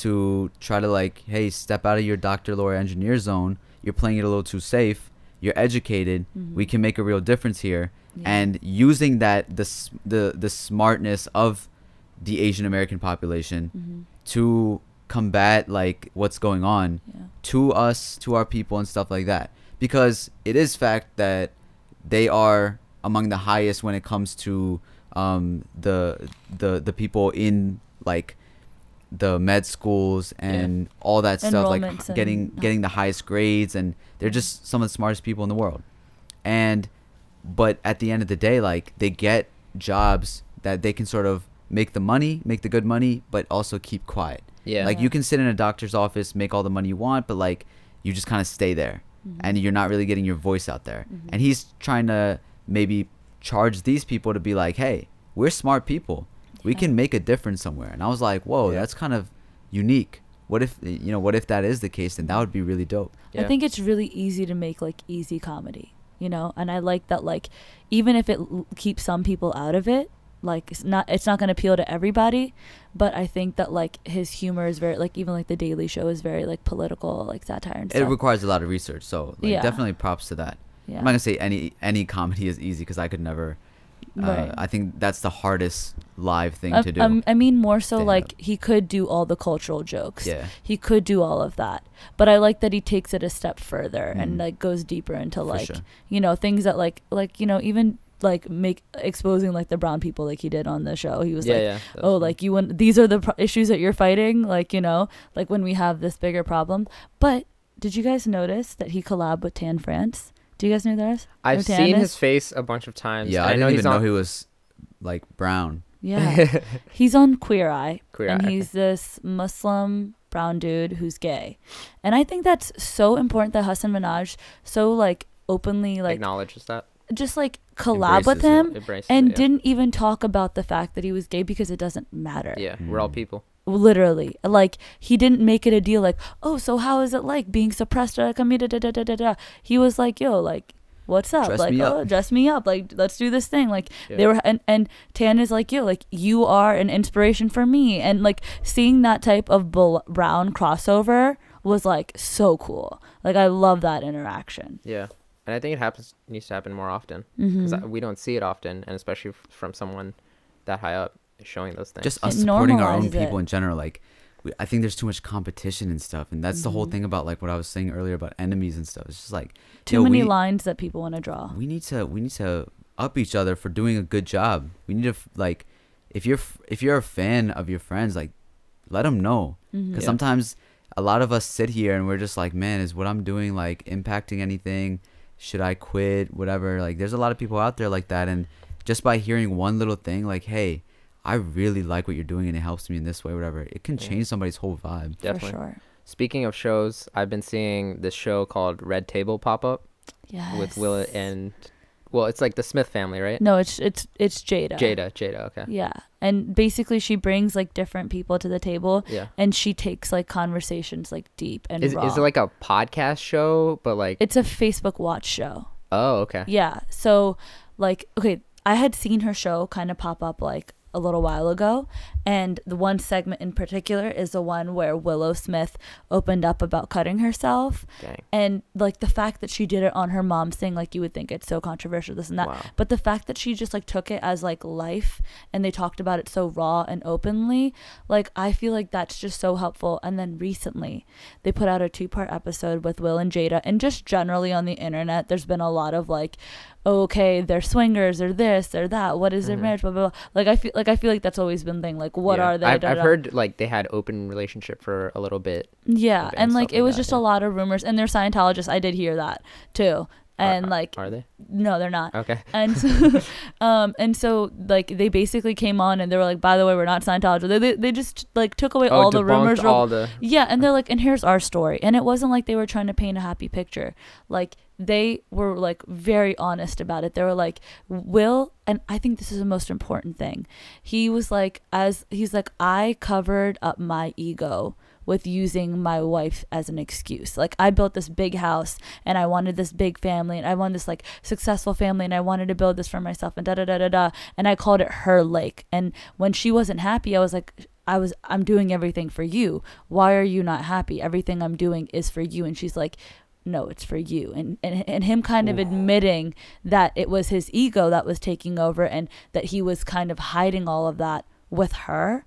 Speaker 3: to try to like, hey, step out of your doctor, lawyer, engineer zone. You're playing it a little too safe. You're educated. We can make a real difference here. And using that the s- the the smartness of the Asian American population to combat like what's going on
Speaker 1: Yeah.
Speaker 3: to us, to our people, and stuff like that. Because it is fact that they are among the highest when it comes to um, the the the people in like the med schools and all that stuff, like
Speaker 1: Enrollments
Speaker 3: h- getting
Speaker 1: and-
Speaker 3: getting the highest grades, and they're just some of the smartest people in the world. And but at the end of the day, like they get jobs that they can sort of make the money, make the good money, but also keep quiet.
Speaker 2: Yeah.
Speaker 3: Like you can sit in a doctor's office, make all the money you want, but like you just kind of stay there
Speaker 1: Mm-hmm.
Speaker 3: and you're not really getting your voice out there. And he's trying to maybe charge these people to be like, hey, we're smart people. We can make a difference somewhere. And I was like, whoa,
Speaker 2: Yeah.
Speaker 3: that's kind of unique. What if, you know, what if that is the case? Then that would be really dope.
Speaker 1: I think it's really easy to make like easy comedy, you know. And I like that, like, even if it l- keeps some people out of it, like, it's not it's not gonna appeal to everybody. But I think that like his humor is very like even like the Daily Show is very like political, like satire and
Speaker 3: It
Speaker 1: stuff.
Speaker 3: requires a lot of research. So like,
Speaker 1: Yeah.
Speaker 3: definitely props to that.
Speaker 1: Yeah.
Speaker 3: I'm not gonna say any any comedy is easy because I could never. Uh,
Speaker 1: Right.
Speaker 3: I think that's the hardest live thing
Speaker 1: I,
Speaker 3: to do.
Speaker 1: I'm- um, I mean, more so
Speaker 3: Stand
Speaker 1: like
Speaker 3: up.
Speaker 1: he could do all the cultural jokes.
Speaker 3: Yeah.
Speaker 1: He could do all of that. But I like that he takes it a step further
Speaker 2: Mm.
Speaker 1: and like goes deeper into like,
Speaker 3: sure.
Speaker 1: you know, things that like, like, you know, even like make exposing like the brown people like he did on the show. He was
Speaker 2: Yeah,
Speaker 1: like,
Speaker 2: yeah, that
Speaker 1: oh,
Speaker 2: was
Speaker 1: like you, want these are the pro- issues that you're fighting. Like, you know, like when we have this bigger problem. But did you guys notice that he collabed with Tan France? Do you guys know that?
Speaker 2: I've
Speaker 1: Or
Speaker 2: seen
Speaker 1: Tannis?
Speaker 2: his face a bunch of times.
Speaker 3: yeah,
Speaker 2: and
Speaker 3: I, didn't even
Speaker 2: he's on-
Speaker 3: know he was like brown.
Speaker 1: Yeah. he's on Queer Eye.
Speaker 2: Queer
Speaker 1: and
Speaker 2: Eye,
Speaker 1: he's this Muslim brown dude who's gay. And I think that's so important that Hassan Minaj so like openly like
Speaker 2: acknowledges that.
Speaker 1: just like collab with
Speaker 3: Embraces it,
Speaker 1: him
Speaker 2: embraces
Speaker 1: and
Speaker 2: it, yeah.
Speaker 1: didn't even talk about the fact that he was gay because it doesn't matter
Speaker 2: Yeah,
Speaker 3: Hmm.
Speaker 2: we're all people.
Speaker 1: literally like he didn't make it a deal like oh so how is it like being suppressed at a community da, da, da, da, da. he was like yo like what's up
Speaker 3: Dress
Speaker 1: like
Speaker 3: me up.
Speaker 1: oh dress me up like let's do this thing like they were and and tan is like yo like you are an inspiration for me and like seeing that type of bl- brown crossover was like so cool like i love that interaction
Speaker 2: Yeah, and I think it happens needs to happen more often
Speaker 1: Mm-hmm.
Speaker 2: because we don't see it often, and especially f- from someone that high up showing those things.
Speaker 3: Just us
Speaker 1: It
Speaker 3: supporting our own
Speaker 1: normalizes
Speaker 3: people
Speaker 1: it.
Speaker 3: in general. Like, we, I think there's too much competition and stuff, and that's the
Speaker 1: Mm-hmm.
Speaker 3: whole thing about like what I was saying earlier about enemies and stuff. It's just like
Speaker 1: too
Speaker 3: yo,
Speaker 1: many
Speaker 3: we,
Speaker 1: lines that people want to draw
Speaker 3: we need to we need to up each other for doing a good job. We need to f- like if you're f- if you're a fan of your friends, like let them know because
Speaker 2: Yeah.
Speaker 3: sometimes a lot of us sit here and we're just like, man, is what I'm doing like impacting anything? Should I quit? Whatever. Like, there's a lot of people out there like that, and just by hearing one little thing, like, hey. I really like what you're doing and it helps me in this way, whatever. It can change somebody's whole vibe.
Speaker 2: definitely.
Speaker 1: for sure
Speaker 2: Speaking of shows, I've been seeing this show called Red Table pop up
Speaker 1: yeah
Speaker 2: with Willa and well, it's like the Smith family, right?
Speaker 1: no it's it's it's jada
Speaker 2: Jada, Jada, okay.
Speaker 1: Yeah. And basically she brings like different people to the table
Speaker 2: Yeah.
Speaker 1: and she takes like conversations like deep and
Speaker 2: Is,
Speaker 1: raw.
Speaker 2: is it like a podcast show, but like
Speaker 1: It's a Facebook watch show.
Speaker 2: oh okay,
Speaker 1: Yeah. So like okay, I had seen her show kind of pop up like a little while ago and the one segment in particular is the one where Willow Smith opened up about cutting herself
Speaker 2: Dang.
Speaker 1: and like the fact that she did it on her mom's thing like you would think it's so controversial this and that
Speaker 2: Wow.
Speaker 1: but the fact that she just like took it as like life and they talked about it so raw and openly like i feel like that's just so helpful and then recently they put out a two part episode with will and jada and just generally on the internet there's been a lot of like okay they're swingers or this or that what is their marriage blah, blah blah like i feel like i feel like that's always been thing like what
Speaker 2: Mm-hmm. Yeah.
Speaker 1: are they
Speaker 2: I've,
Speaker 1: da, da,
Speaker 2: I've
Speaker 1: da.
Speaker 2: heard like they had open relationship for a little bit.
Speaker 1: yeah
Speaker 2: event,
Speaker 1: and like
Speaker 2: stuff
Speaker 1: it
Speaker 2: like
Speaker 1: was
Speaker 2: that,
Speaker 1: just
Speaker 2: yeah.
Speaker 1: a lot of rumors and they're scientologists i did hear that too
Speaker 2: Are-
Speaker 1: and
Speaker 2: are-
Speaker 1: like
Speaker 2: are they
Speaker 1: no they're not
Speaker 2: okay?
Speaker 1: and so, um and so like they basically came on and they were like by the way we're not scientologists they, they, they just like took away all the
Speaker 2: Oh, debunked
Speaker 1: rumors
Speaker 2: all the
Speaker 1: yeah and they're like and here's our story and it wasn't like they were trying to paint a happy picture like they were like very honest about it they were like will and i think this is the most important thing he was like as he's like i covered up my ego with using my wife as an excuse. Like I built this big house and I wanted this big family and I wanted this like successful family and I wanted to build this for myself and da da da da da and I called it her lake. And when she wasn't happy, I was like I was I'm doing everything for you. Why are you not happy? Everything I'm doing is for you and she's like no, it's for you. And, and and him kind of admitting that it was his ego that was taking over and that he was kind of hiding all of that with her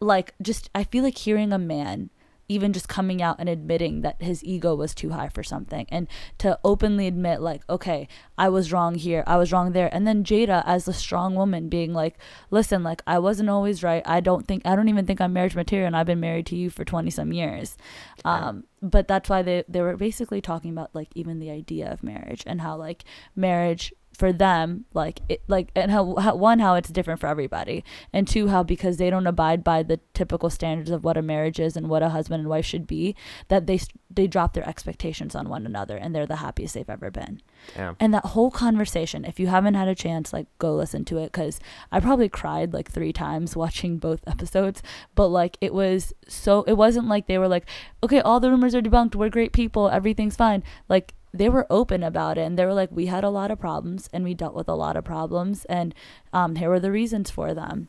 Speaker 1: like just I feel like hearing a man even just coming out and admitting that his ego was too high for something and to openly admit like okay I was wrong here I was wrong there and then Jada as a strong woman being like listen like I wasn't always right I don't think I don't even think I'm marriage material and I've been married to you for 20 some years um but that's why they they were basically talking about like even the idea of marriage and how like marriage for them like it like and how, how one how it's different for everybody and two how because they don't abide by the typical standards of what a marriage is and what a husband and wife should be that they s- they drop their expectations on one another and they're the happiest they've ever been
Speaker 2: Damn.
Speaker 1: and that whole conversation if you haven't had a chance like go listen to it because i probably cried like three times watching both episodes but like it was so it wasn't like they were like okay all the rumors are debunked we're great people everything's fine like they were open about it and they were like we had a lot of problems and we dealt with a lot of problems and um, here were the reasons for them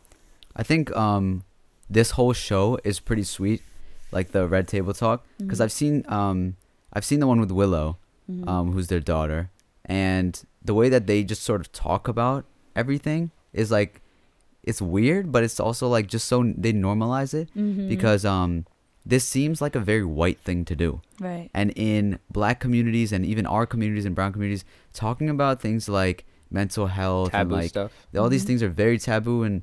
Speaker 3: I think um, this whole show is pretty sweet, like the Red Table Talk, because I've seen um, I've seen the one with Willow, um, who's their daughter, and the way that they just sort of talk about everything is like it's weird but it's also like just so they normalize it because um this seems like a very white thing to do
Speaker 1: Right.
Speaker 3: and in black communities and even our communities and brown communities talking about things like mental health and
Speaker 2: Taboo
Speaker 3: like
Speaker 2: stuff.
Speaker 3: all these things are very taboo and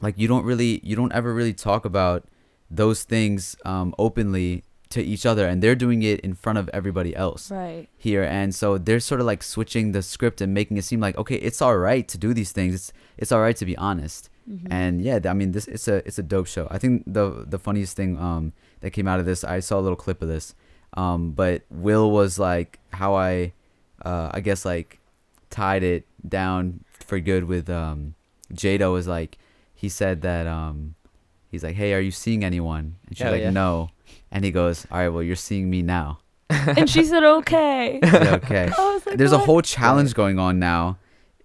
Speaker 3: like you don't really you don't ever really talk about those things um, openly to each other and they're doing it in front of everybody else
Speaker 1: Right.
Speaker 3: here and so they're sort of like switching the script and making it seem like okay it's all right to do these things it's it's all right to be honest and yeah th- i mean this it's a it's a dope show i think the the funniest thing um that came out of this i saw a little clip of this um but will was like how i uh i guess like tied it down for good with um jada was like he said that um he's like hey are you seeing anyone and she's
Speaker 2: Hell
Speaker 3: like
Speaker 2: yeah.
Speaker 3: no and he goes all right well you're seeing me now
Speaker 1: and she said, okay.
Speaker 3: Yeah, okay.
Speaker 1: I was like,
Speaker 3: There's a
Speaker 1: "What?"
Speaker 3: whole challenge going on now.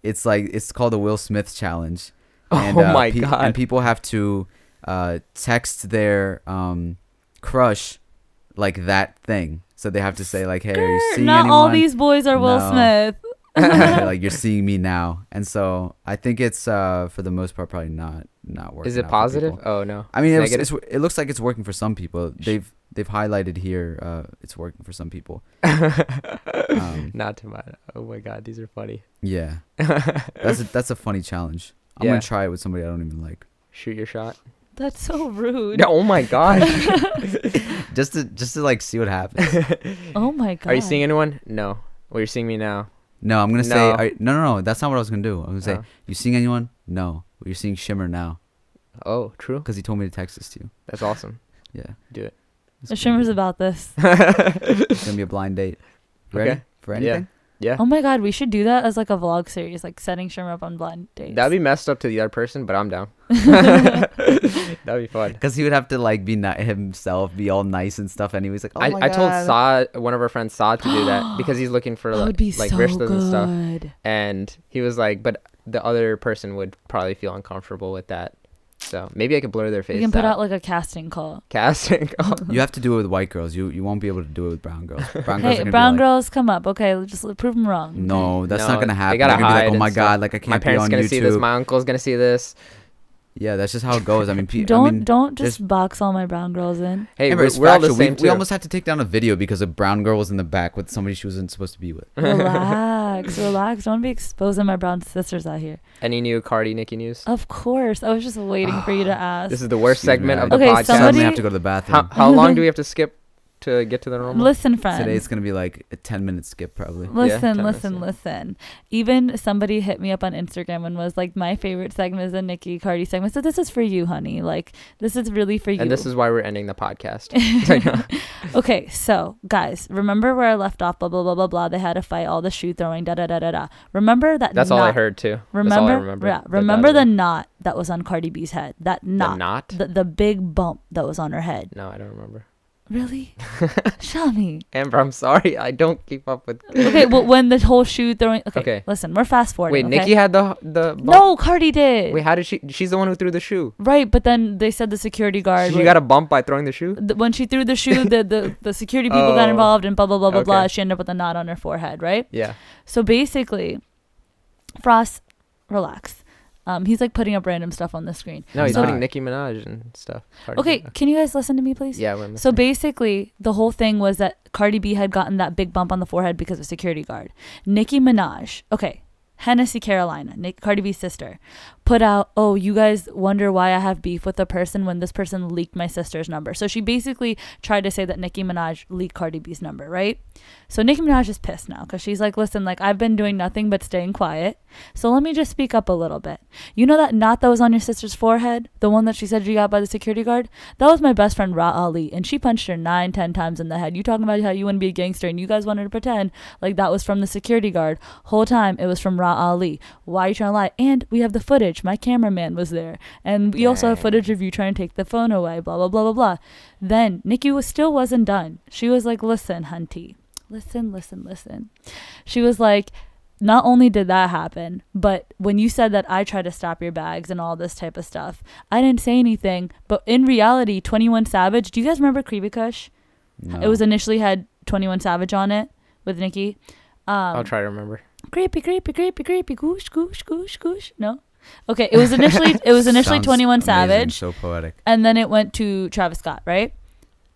Speaker 3: It's like it's called the Will Smith challenge.
Speaker 2: Oh my God.
Speaker 3: And people have to uh, text their um, crush like that thing. So they have to say like, "Hey, are you seeing
Speaker 1: Not all
Speaker 3: anyone?"
Speaker 1: these boys are Will
Speaker 3: No.
Speaker 1: Smith.
Speaker 3: like you're seeing me now. And so I think it's uh, for the most part probably not not working.
Speaker 2: Is
Speaker 3: out
Speaker 2: it
Speaker 3: for
Speaker 2: positive?
Speaker 3: people.
Speaker 2: Oh no.
Speaker 3: I mean, it, was,
Speaker 2: Negative?
Speaker 3: it's, it looks like it's working for some people. They've they've highlighted here uh, it's working for some people. um,
Speaker 2: not to my. Oh my god, these are funny.
Speaker 3: Yeah, that's a, that's a funny challenge. I'm
Speaker 2: Yeah.
Speaker 3: gonna try it with somebody I don't even like,
Speaker 2: Shoot your shot.
Speaker 1: That's so rude.
Speaker 2: Yeah, oh my gosh.
Speaker 3: just to just to like see what happens.
Speaker 1: Oh my god.
Speaker 2: are you seeing anyone? No. Well, you're seeing me now.
Speaker 3: No, I'm gonna say
Speaker 2: No.
Speaker 3: I, no, no, no. That's not what I was gonna do. I'm gonna say
Speaker 2: Oh.
Speaker 3: you seeing anyone? No, Well, you're seeing Shimmer now
Speaker 2: Oh, true.
Speaker 3: because he told me to text this to you.
Speaker 2: That's awesome.
Speaker 3: Yeah,
Speaker 2: Do it.
Speaker 1: The
Speaker 3: It's gonna
Speaker 1: shimmer's
Speaker 3: be-
Speaker 1: about this.
Speaker 3: It's gonna be a blind date. You Ready
Speaker 2: Okay.
Speaker 3: for
Speaker 2: Yeah.
Speaker 3: anything?
Speaker 2: Yeah.
Speaker 1: Oh my god, we should do that as like a vlog series, like setting Shimmer up on blind dates.
Speaker 2: That'd be messed up to the other person, but I'm down. That'd be fun.
Speaker 3: Because he would have to like be ni- himself, be all nice and stuff, and he was like, oh
Speaker 2: I,
Speaker 3: my
Speaker 2: I told
Speaker 3: God."
Speaker 2: Saad, one of our friends, Saad, to do that because he's looking for
Speaker 1: that
Speaker 2: like,
Speaker 1: would be
Speaker 2: like
Speaker 1: so
Speaker 2: wristlets
Speaker 1: good.
Speaker 2: and stuff. And he was like, but the other person would probably feel uncomfortable with that. So maybe I could blur their face.
Speaker 1: We can put out like a casting call.
Speaker 2: casting. Oh, call.
Speaker 3: You have to do it with white girls. You you won't be able to do it with brown girls. Brown girls. are
Speaker 1: Hey,
Speaker 3: gonna be
Speaker 1: brown
Speaker 3: like,
Speaker 1: girls, come up. Okay, let's just prove them wrong. okay?
Speaker 3: No, that's
Speaker 2: No,
Speaker 3: not gonna
Speaker 2: they
Speaker 3: happen.
Speaker 2: gotta
Speaker 3: They're gonna be
Speaker 2: hide
Speaker 3: like, oh
Speaker 2: and
Speaker 3: my
Speaker 2: stuff.
Speaker 3: god, like I can't
Speaker 2: my parents
Speaker 3: be on
Speaker 2: gonna
Speaker 3: YouTube.
Speaker 2: see this. My uncle's gonna see this.
Speaker 3: Yeah, that's just how it goes. I mean, pe- I
Speaker 1: Don't
Speaker 3: mean,
Speaker 1: don't
Speaker 3: there's-
Speaker 1: just box all my brown girls in.
Speaker 2: Hey,
Speaker 3: Amber,
Speaker 2: we're,
Speaker 3: it's
Speaker 2: we're all the
Speaker 3: factual.
Speaker 2: same
Speaker 3: we,
Speaker 2: too.
Speaker 3: we almost had to take down a video because a brown girl was in the back with somebody she wasn't supposed to be with.
Speaker 1: Relax, relax. Don't be exposing my brown sisters out here.
Speaker 2: Any new Cardi Nicki news?
Speaker 1: Of course, I was just waiting for you to ask.
Speaker 2: This is the worst
Speaker 3: Excuse me,
Speaker 2: segment
Speaker 3: I
Speaker 2: of the
Speaker 1: Okay,
Speaker 2: podcast.
Speaker 1: somebody-
Speaker 3: Suddenly have to go to the
Speaker 2: How,
Speaker 3: bathroom.
Speaker 2: how long do we have to skip to get to the normal?
Speaker 1: Listen, friends.
Speaker 3: Today it's gonna be like a ten minute skip probably.
Speaker 1: Listen,
Speaker 2: Yeah,
Speaker 1: listen,
Speaker 2: Tennessee.
Speaker 1: listen. Even somebody hit me up on Instagram and was like, "My favorite segment is the Nicki Cardi segment." So this is for you, honey. Like, this is really for you.
Speaker 2: and this is why we're ending the podcast.
Speaker 1: okay. So, guys, remember where I left off? Blah blah blah blah blah. They had a fight. All the shoe throwing. Da da da da da. Remember that.
Speaker 2: That's
Speaker 1: knot,
Speaker 2: all I heard too.
Speaker 1: Remember,
Speaker 2: That's all I remember.
Speaker 1: Yeah,
Speaker 2: But
Speaker 1: remember the
Speaker 2: that-
Speaker 1: knot that was on Cardi B's head. That knot.
Speaker 2: knot?
Speaker 1: The, the big bump that was on her head.
Speaker 2: No, I don't remember.
Speaker 1: Really, Shami.
Speaker 2: Amber, I'm sorry. I don't keep up with.
Speaker 1: Okay. Well, when the whole shoe throwing. Okay.
Speaker 2: Okay.
Speaker 1: Listen, we're fast forwarding.
Speaker 2: Wait,
Speaker 1: okay?
Speaker 2: Nikki had the the. bump?
Speaker 1: No, Cardi did.
Speaker 2: Wait, how did she? She's the one who threw the shoe.
Speaker 1: Right, but then they said the security guard.
Speaker 2: She
Speaker 1: was-
Speaker 2: got a bump by throwing the shoe.
Speaker 1: th- when she threw the shoe, the the, the security people got
Speaker 2: Oh.
Speaker 1: involved and blah blah blah blah blah.
Speaker 2: Okay.
Speaker 1: She ended up with a knot on her forehead, right?
Speaker 2: Yeah.
Speaker 1: So basically, Frost, relax. Um, he's like putting up random stuff on the screen.
Speaker 2: No, he's
Speaker 3: Nah.
Speaker 2: putting Nicki Minaj and stuff. Cardi
Speaker 1: Okay,
Speaker 2: B.
Speaker 1: can you guys listen to me, please?
Speaker 2: Yeah, we're
Speaker 1: So
Speaker 2: so
Speaker 1: basically, the whole thing was that Cardi B had gotten that big bump on the forehead because of security guard. Nicki Minaj, okay, Hennessy Carolina, Nick, Cardi B's sister, put out, "Oh, you guys wonder why I have beef with a person when this person leaked my sister's number." So she basically tried to say that Nicki Minaj leaked Cardi B's number, right? So Nicki Minaj is pissed now because she's like, "Listen, like I've been doing nothing but staying quiet, so let me just speak up a little bit. You know that knot that was on your sister's forehead, the one that she said you got by the security guard? That was my best friend Ra Ali, and she punched her nine, ten times in the head. You talking about how you want to be a gangster and you guys wanted to pretend like that was from the security guard. Whole time it was from Ra Ali. Why are you trying to lie? And we have the footage. My cameraman was there. And we also have footage of you trying to take the phone away, blah blah blah blah blah. Then Nikki was still wasn't done. She was like, Listen, hunty. Listen, listen, listen. She was like, not only did that happen, but when you said that I tried to stop your bags and all this type of stuff, I didn't say anything. But in reality, 21 Savage, do you guys remember Creepy Kush?
Speaker 3: No.
Speaker 1: It was initially had 21 Savage on it with Nikki. Um,
Speaker 2: I'll try to remember.
Speaker 1: creepy, creepy, creepy, creepy, goosh, goosh, goosh, goosh. No, okay. It was initially it was initially
Speaker 3: Sounds
Speaker 1: Twenty One
Speaker 3: amazing,
Speaker 1: Savage,
Speaker 3: So poetic.
Speaker 1: and then it went to Travis Scott, right?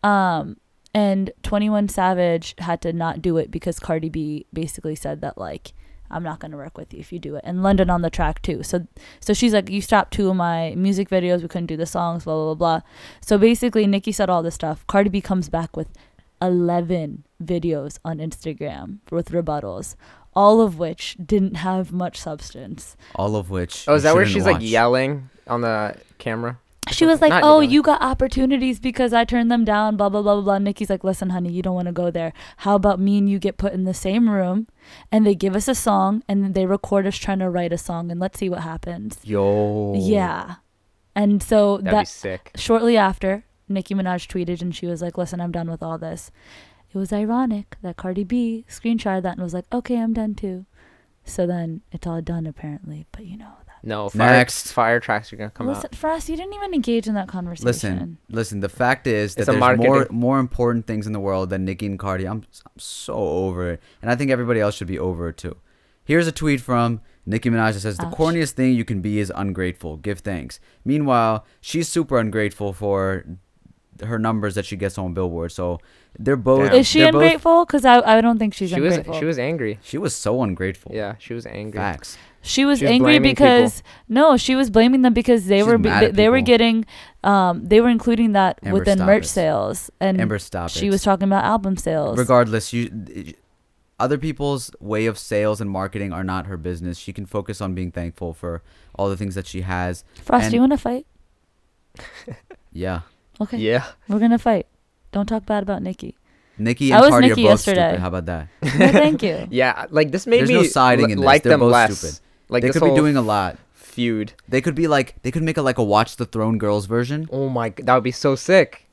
Speaker 1: Um, and Twenty One Savage had to not do it because Cardi B basically said that like. I'm not gonna work with you if you do it. And London on the track too. So, so she's like, you stopped two of my music videos. We couldn't do the songs. Blah blah blah. blah. So basically, Nicki said all this stuff. Cardi B comes back with 11 videos on Instagram with rebuttals, all of which didn't have much substance.
Speaker 3: All of which.
Speaker 2: Oh, is
Speaker 3: you
Speaker 2: that where
Speaker 3: shouldn't
Speaker 2: she's like
Speaker 3: watch.
Speaker 2: yelling on the camera?
Speaker 1: She was like,
Speaker 2: Not
Speaker 1: "Oh,
Speaker 2: Nicki.
Speaker 1: you got opportunities because I turned them down." Blah blah blah blah blah. Nikki's like, "Listen, honey, you don't want to go there. How about me and you get put in the same room, and they give us a song, and then they record us trying to write a song, and let's see what happens."
Speaker 2: Yo.
Speaker 1: Yeah, and so
Speaker 2: Oh. That'd be
Speaker 1: that
Speaker 2: sick.
Speaker 1: Shortly after, Nicki Minaj tweeted and she was like, Listen, I'm done with all this. It was ironic that Cardi B screenshotted that and was like, Okay, I'm done too. So then it's all done apparently, but you know that.
Speaker 2: No, fire,
Speaker 3: Next.
Speaker 2: fire tracks are gonna come
Speaker 1: Listen,
Speaker 2: out.
Speaker 1: for us, you didn't even engage in that conversation.
Speaker 3: Listen, listen. The fact is that
Speaker 2: It's a
Speaker 3: there's more
Speaker 2: marketing-
Speaker 3: more important things in the world than Nicki and Cardi. I'm, I'm so over it, and I think everybody else should be over it too. Here's a tweet from Nicki Minaj that says, "The
Speaker 1: Ouch.
Speaker 3: corniest thing you can be is ungrateful. Give thanks." Meanwhile, she's super ungrateful for her numbers that she gets on Billboard. So they're both.
Speaker 2: Damn.
Speaker 1: Is she
Speaker 3: they're both-
Speaker 1: ungrateful? Because I, I don't think she's
Speaker 2: She was
Speaker 1: ungrateful.
Speaker 2: she was angry.
Speaker 3: She was so ungrateful.
Speaker 2: Yeah, she was angry.
Speaker 3: Facts.
Speaker 1: She was
Speaker 2: She was
Speaker 1: angry
Speaker 2: blaming
Speaker 1: because no, she was blaming them because they
Speaker 3: She's
Speaker 1: were be-
Speaker 3: mad
Speaker 1: they,
Speaker 3: at
Speaker 1: they were
Speaker 3: people.
Speaker 1: getting, um, they were including that
Speaker 3: Amber,
Speaker 1: within
Speaker 3: stop
Speaker 1: merch
Speaker 3: it.
Speaker 1: sales, and
Speaker 3: Amber, stop
Speaker 1: she
Speaker 3: it.
Speaker 1: was talking about album sales.
Speaker 3: regardless you other people's way of sales and marketing are not her business she can focus on being thankful for all the things that she has
Speaker 1: Frost,
Speaker 3: and-
Speaker 1: do you want to fight?
Speaker 3: yeah
Speaker 1: Okay,
Speaker 2: Yeah.
Speaker 1: we're gonna fight. Don't talk bad about Nikki.
Speaker 3: nikki
Speaker 1: I
Speaker 3: and
Speaker 1: was
Speaker 3: cardi
Speaker 1: Nicki
Speaker 3: are both
Speaker 1: yesterday.
Speaker 3: stupid how about that
Speaker 1: No, thank you.
Speaker 2: Yeah. Like this made
Speaker 3: There's
Speaker 2: me
Speaker 3: no siding
Speaker 2: li-
Speaker 3: in this.
Speaker 2: like
Speaker 3: They're
Speaker 2: them
Speaker 3: both
Speaker 2: less.
Speaker 3: stupid.
Speaker 2: Like
Speaker 3: they
Speaker 2: this
Speaker 3: could be
Speaker 2: whole
Speaker 3: doing a lot
Speaker 2: feud.
Speaker 3: they could be like they could make a like a watch the throne girls version
Speaker 2: Oh my, g- that would be so sick.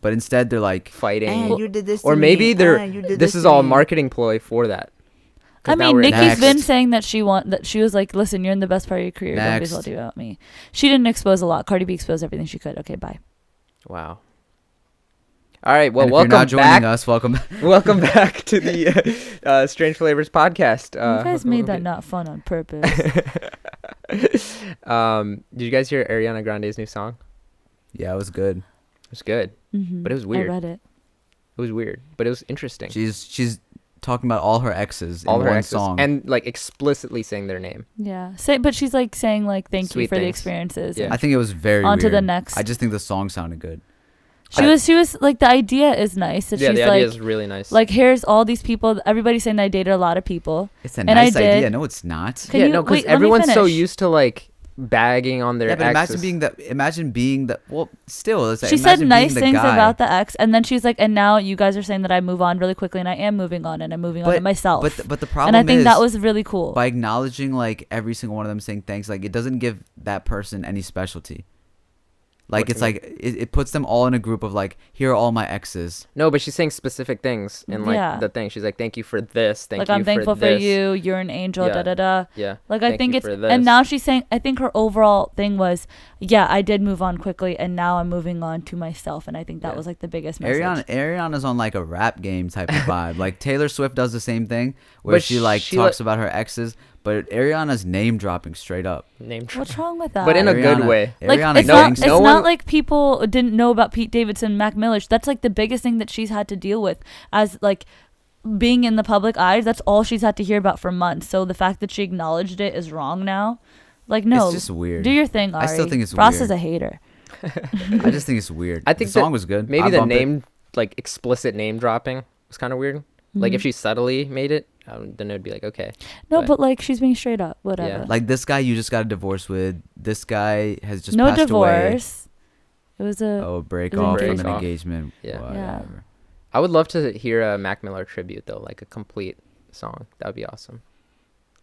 Speaker 3: but instead they're like
Speaker 2: Fighting.
Speaker 1: Well-
Speaker 6: you did this
Speaker 2: or
Speaker 6: to
Speaker 2: maybe
Speaker 6: me.
Speaker 2: they're
Speaker 6: Ah, you did
Speaker 2: this,
Speaker 6: this
Speaker 2: is
Speaker 6: to
Speaker 2: all a
Speaker 6: me.
Speaker 2: marketing ploy for that.
Speaker 1: I
Speaker 2: 'Cause now
Speaker 1: mean,
Speaker 2: we're-
Speaker 1: Nikki's
Speaker 3: Next.
Speaker 1: been saying that she want that she was like, "Listen, you're in the best part of your career. Nobody's
Speaker 3: Next.
Speaker 1: told you about me." She didn't expose a lot. Cardi B exposed everything she could. Okay, bye.
Speaker 2: Wow. All right. Well,
Speaker 3: and if
Speaker 2: welcome
Speaker 3: you're not joining
Speaker 2: back.
Speaker 3: us welcome back
Speaker 2: Welcome back to the uh, uh, Strange Flavors podcast. Uh,
Speaker 1: you guys made that not fun on purpose.
Speaker 2: Um, did you guys hear Ariana Grande's new song?
Speaker 3: yeah it was good
Speaker 2: It was good,
Speaker 1: Mhm.
Speaker 2: but it was
Speaker 1: I
Speaker 2: weird.
Speaker 1: read it.
Speaker 2: It was weird, but it was interesting.
Speaker 3: she's she's talking about all her exes
Speaker 2: All
Speaker 3: in
Speaker 2: her
Speaker 3: one
Speaker 2: exes
Speaker 3: song
Speaker 2: and like explicitly saying their name.
Speaker 1: Yeah, Say, but she's like saying like, "Thank you
Speaker 2: Sweet
Speaker 1: for the
Speaker 2: things.
Speaker 1: experiences."
Speaker 2: Yeah.
Speaker 1: Yeah.
Speaker 3: i think it was very
Speaker 1: On to the
Speaker 3: weird.
Speaker 1: next.
Speaker 3: i just think the song sounded good
Speaker 1: She
Speaker 2: I-
Speaker 1: was she was like the idea is nice that
Speaker 2: yeah,
Speaker 1: she's
Speaker 2: the
Speaker 1: like
Speaker 2: idea is really nice.
Speaker 1: like here's all these people. Everybody's saying I dated a lot of people.
Speaker 3: it's a
Speaker 1: And I
Speaker 3: nice
Speaker 1: did-
Speaker 3: idea no it's not
Speaker 1: Can
Speaker 2: yeah,
Speaker 1: you-
Speaker 2: no, because
Speaker 1: wait, let me
Speaker 2: everyone's so
Speaker 1: finish.
Speaker 2: used to like bagging on their
Speaker 3: yeah, but
Speaker 2: exes.
Speaker 3: imagine being that. Imagine being that. Well, still, it's like,
Speaker 1: she said
Speaker 3: imagine being
Speaker 1: nice
Speaker 3: the
Speaker 1: things
Speaker 3: guy.
Speaker 1: about the ex, and then she's like, "And now you guys are saying that I move on really quickly, and I am moving on, and I'm moving on to myself."
Speaker 3: But the, but the problem
Speaker 1: and I think
Speaker 3: is
Speaker 1: that was really cool.
Speaker 3: by acknowledging like every single one of them saying thanks. Like it doesn't give that person any specialty. Like
Speaker 2: What do
Speaker 3: it's
Speaker 2: you
Speaker 3: like it, it puts them all in a group of like here are all my exes.
Speaker 2: no, but she's saying specific things and like
Speaker 1: Yeah.
Speaker 2: the thing. She's like, "Thank you for this. Thank
Speaker 1: like
Speaker 2: you
Speaker 1: I'm thankful for,
Speaker 2: this.
Speaker 1: you. You're an angel.
Speaker 2: Yeah.
Speaker 1: Da da da.
Speaker 2: Yeah.
Speaker 1: Like I
Speaker 2: "Thank
Speaker 1: think
Speaker 2: you
Speaker 1: it's
Speaker 2: for
Speaker 1: and
Speaker 2: this."
Speaker 1: now she's saying I think her overall thing was yeah I did move on quickly and now I'm moving on to myself and I think that
Speaker 2: Yeah.
Speaker 1: was like the biggest message.
Speaker 3: Ariana Ariana's on like a rap game type of vibe. like Taylor Swift does the same thing where
Speaker 2: But
Speaker 3: she like
Speaker 2: she, like-
Speaker 3: talks about her exes, but Ariana's name dropping straight up.
Speaker 2: name drop.
Speaker 1: What's wrong with that?
Speaker 2: But in a good
Speaker 3: Ariana-
Speaker 2: way.
Speaker 1: like
Speaker 3: Ariana
Speaker 1: it's
Speaker 2: no-
Speaker 1: not
Speaker 3: thinks-
Speaker 1: it's
Speaker 2: no one-
Speaker 1: not like people didn't know about Pete Davidson, Mac Millish. That's like the biggest thing that she's had to deal with as like being in the public eyes. That's all she's had to hear about for months. So the fact that she acknowledged it is wrong now. Like no,
Speaker 3: just weird.
Speaker 1: Do your thing. Ari.
Speaker 3: I still think it's
Speaker 1: Frost
Speaker 3: weird.
Speaker 1: is a hater.
Speaker 3: I just think it's weird.
Speaker 2: I think
Speaker 3: the
Speaker 2: that
Speaker 3: song was good.
Speaker 2: Maybe
Speaker 3: I
Speaker 2: the
Speaker 3: bump it.
Speaker 2: name, like explicit name dropping, was kind of weird. Like if
Speaker 1: Mm-hmm.
Speaker 2: she subtly made it, um, then it would be like okay.
Speaker 1: No,
Speaker 2: But-
Speaker 1: but, like she's being straight up. Whatever.
Speaker 3: Like this guy you just got a divorce with. This guy has just
Speaker 1: no
Speaker 3: passed
Speaker 1: divorce. It was
Speaker 3: away.
Speaker 1: a
Speaker 3: Oh, break
Speaker 1: It was
Speaker 3: off
Speaker 1: an
Speaker 3: from an
Speaker 2: engagement.
Speaker 3: engagement.
Speaker 2: Yeah.
Speaker 1: Yeah.
Speaker 3: Whatever.
Speaker 2: I would love to hear a Mac Miller tribute though, like a complete song. That would be awesome.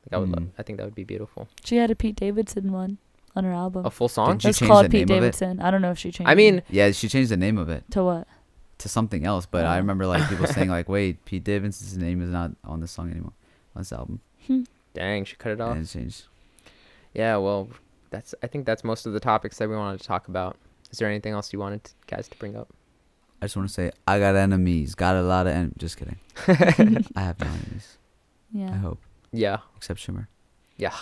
Speaker 2: Like I would love.
Speaker 3: Mm.
Speaker 2: I think that would be beautiful.
Speaker 1: she had a Pete Davidson one on her album.
Speaker 2: A full song.
Speaker 3: Did you-
Speaker 1: it's
Speaker 3: changed
Speaker 1: called
Speaker 3: the
Speaker 1: Pete
Speaker 3: name of it?
Speaker 1: Davidson. I don't know if she changed.
Speaker 2: I mean,
Speaker 3: Yeah, she changed the name of it
Speaker 1: it. to what?
Speaker 3: to something else, but I
Speaker 1: Oh.
Speaker 3: remember like people saying like, "Wait, Pete Davidson's name is not on this song anymore, on this album."
Speaker 2: dang, she cut it off.
Speaker 3: And it changed.
Speaker 2: Yeah. Well, that's. I think that's most of the topics that we wanted to talk about. Is there anything else you wanted to, guys to bring up?
Speaker 3: I just want to say I got enemies, got a lot of enemies. Just kidding. I have no enemies. I
Speaker 1: Yeah.
Speaker 3: hope,
Speaker 2: Yeah.
Speaker 3: except Shimmer.
Speaker 2: Yeah.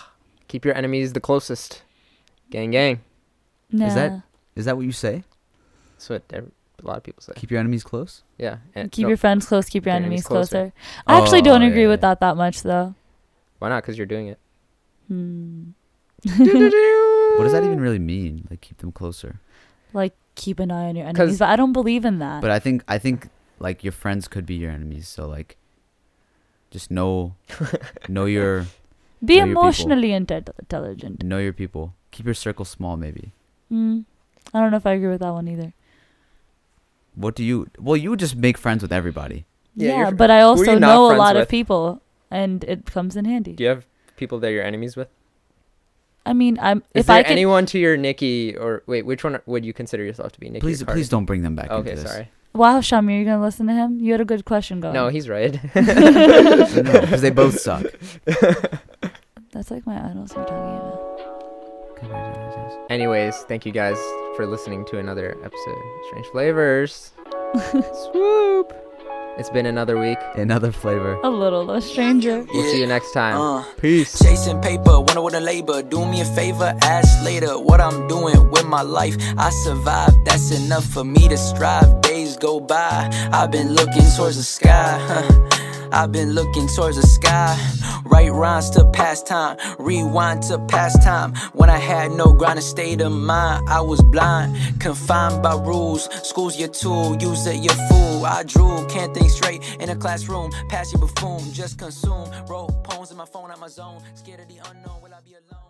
Speaker 2: Keep your enemies the closest. Gang, gang.
Speaker 3: Is that-
Speaker 1: Nah.
Speaker 3: Is that what you say?
Speaker 2: That's what ev- a lot of people say.
Speaker 3: Keep your enemies close.
Speaker 2: Yeah. and-
Speaker 1: keep
Speaker 2: no,
Speaker 1: your friends close, keep your
Speaker 2: uh, Your enemies
Speaker 1: enemies closer.
Speaker 2: closer.
Speaker 1: I actually
Speaker 3: Oh,
Speaker 1: don't
Speaker 3: yeah,
Speaker 1: agree with
Speaker 3: yeah.
Speaker 1: that that much though.
Speaker 2: why not? Because you're doing it.
Speaker 1: Hmm.
Speaker 3: What does that even really mean? Like keep them closer.
Speaker 1: Like keep an eye on your
Speaker 2: 'Cause-
Speaker 1: enemies, but I don't believe in that.
Speaker 3: But I think I think like your friends could be your enemies. So like, just know know your
Speaker 1: Be
Speaker 3: know your people.
Speaker 1: emotionally inte- intelligent.
Speaker 3: know your people. Keep your circle small. Maybe.
Speaker 1: Hmm. I don't know if I agree with that one either.
Speaker 3: What do you? Well, you just make friends with everybody.
Speaker 2: Yeah,
Speaker 1: Yeah,
Speaker 2: you're fr-
Speaker 1: but I
Speaker 2: who are
Speaker 1: also
Speaker 2: you not
Speaker 1: know a
Speaker 2: friends
Speaker 1: lot
Speaker 2: with?
Speaker 1: of people, and it comes in handy.
Speaker 2: Do you have people that you're enemies with?
Speaker 1: I mean, I'm
Speaker 2: Is
Speaker 1: if
Speaker 2: there
Speaker 1: I can.
Speaker 2: anyone to your Nikki or wait, which one would you consider yourself to be Nikki? or
Speaker 3: please,
Speaker 2: Cardi?
Speaker 3: please don't bring them back
Speaker 2: Okay,
Speaker 3: into this.
Speaker 2: sorry.
Speaker 1: wow, Shamir, you're gonna listen to him? You had a good question going.
Speaker 2: No, he's right.
Speaker 3: because they both suck.
Speaker 1: that's like my idols we're talking about.
Speaker 2: Anyways, thank you guys for listening to another episode of Strange Flavors. Swoop. It's been another week.
Speaker 3: Another flavor.
Speaker 1: A little love stranger.
Speaker 2: We'll see you next time.
Speaker 6: Uh.
Speaker 2: Peace.
Speaker 6: Chasing paper, wonder what the labor. Do me a favor, ask later what I'm doing with my life. I survived, that's enough for me to strive. Days go by, I've been looking towards the sky. huh. I've been looking towards the sky. Right rhymes to past time, rewind to past time. When I had no grounded state of mind, I was blind, confined by rules. School's your tool, use it, your fool. I drool, can't think straight in a classroom. Pass your buffoon, just consume. Wrote poems in my phone, out my zone. Scared of the unknown, will I be alone?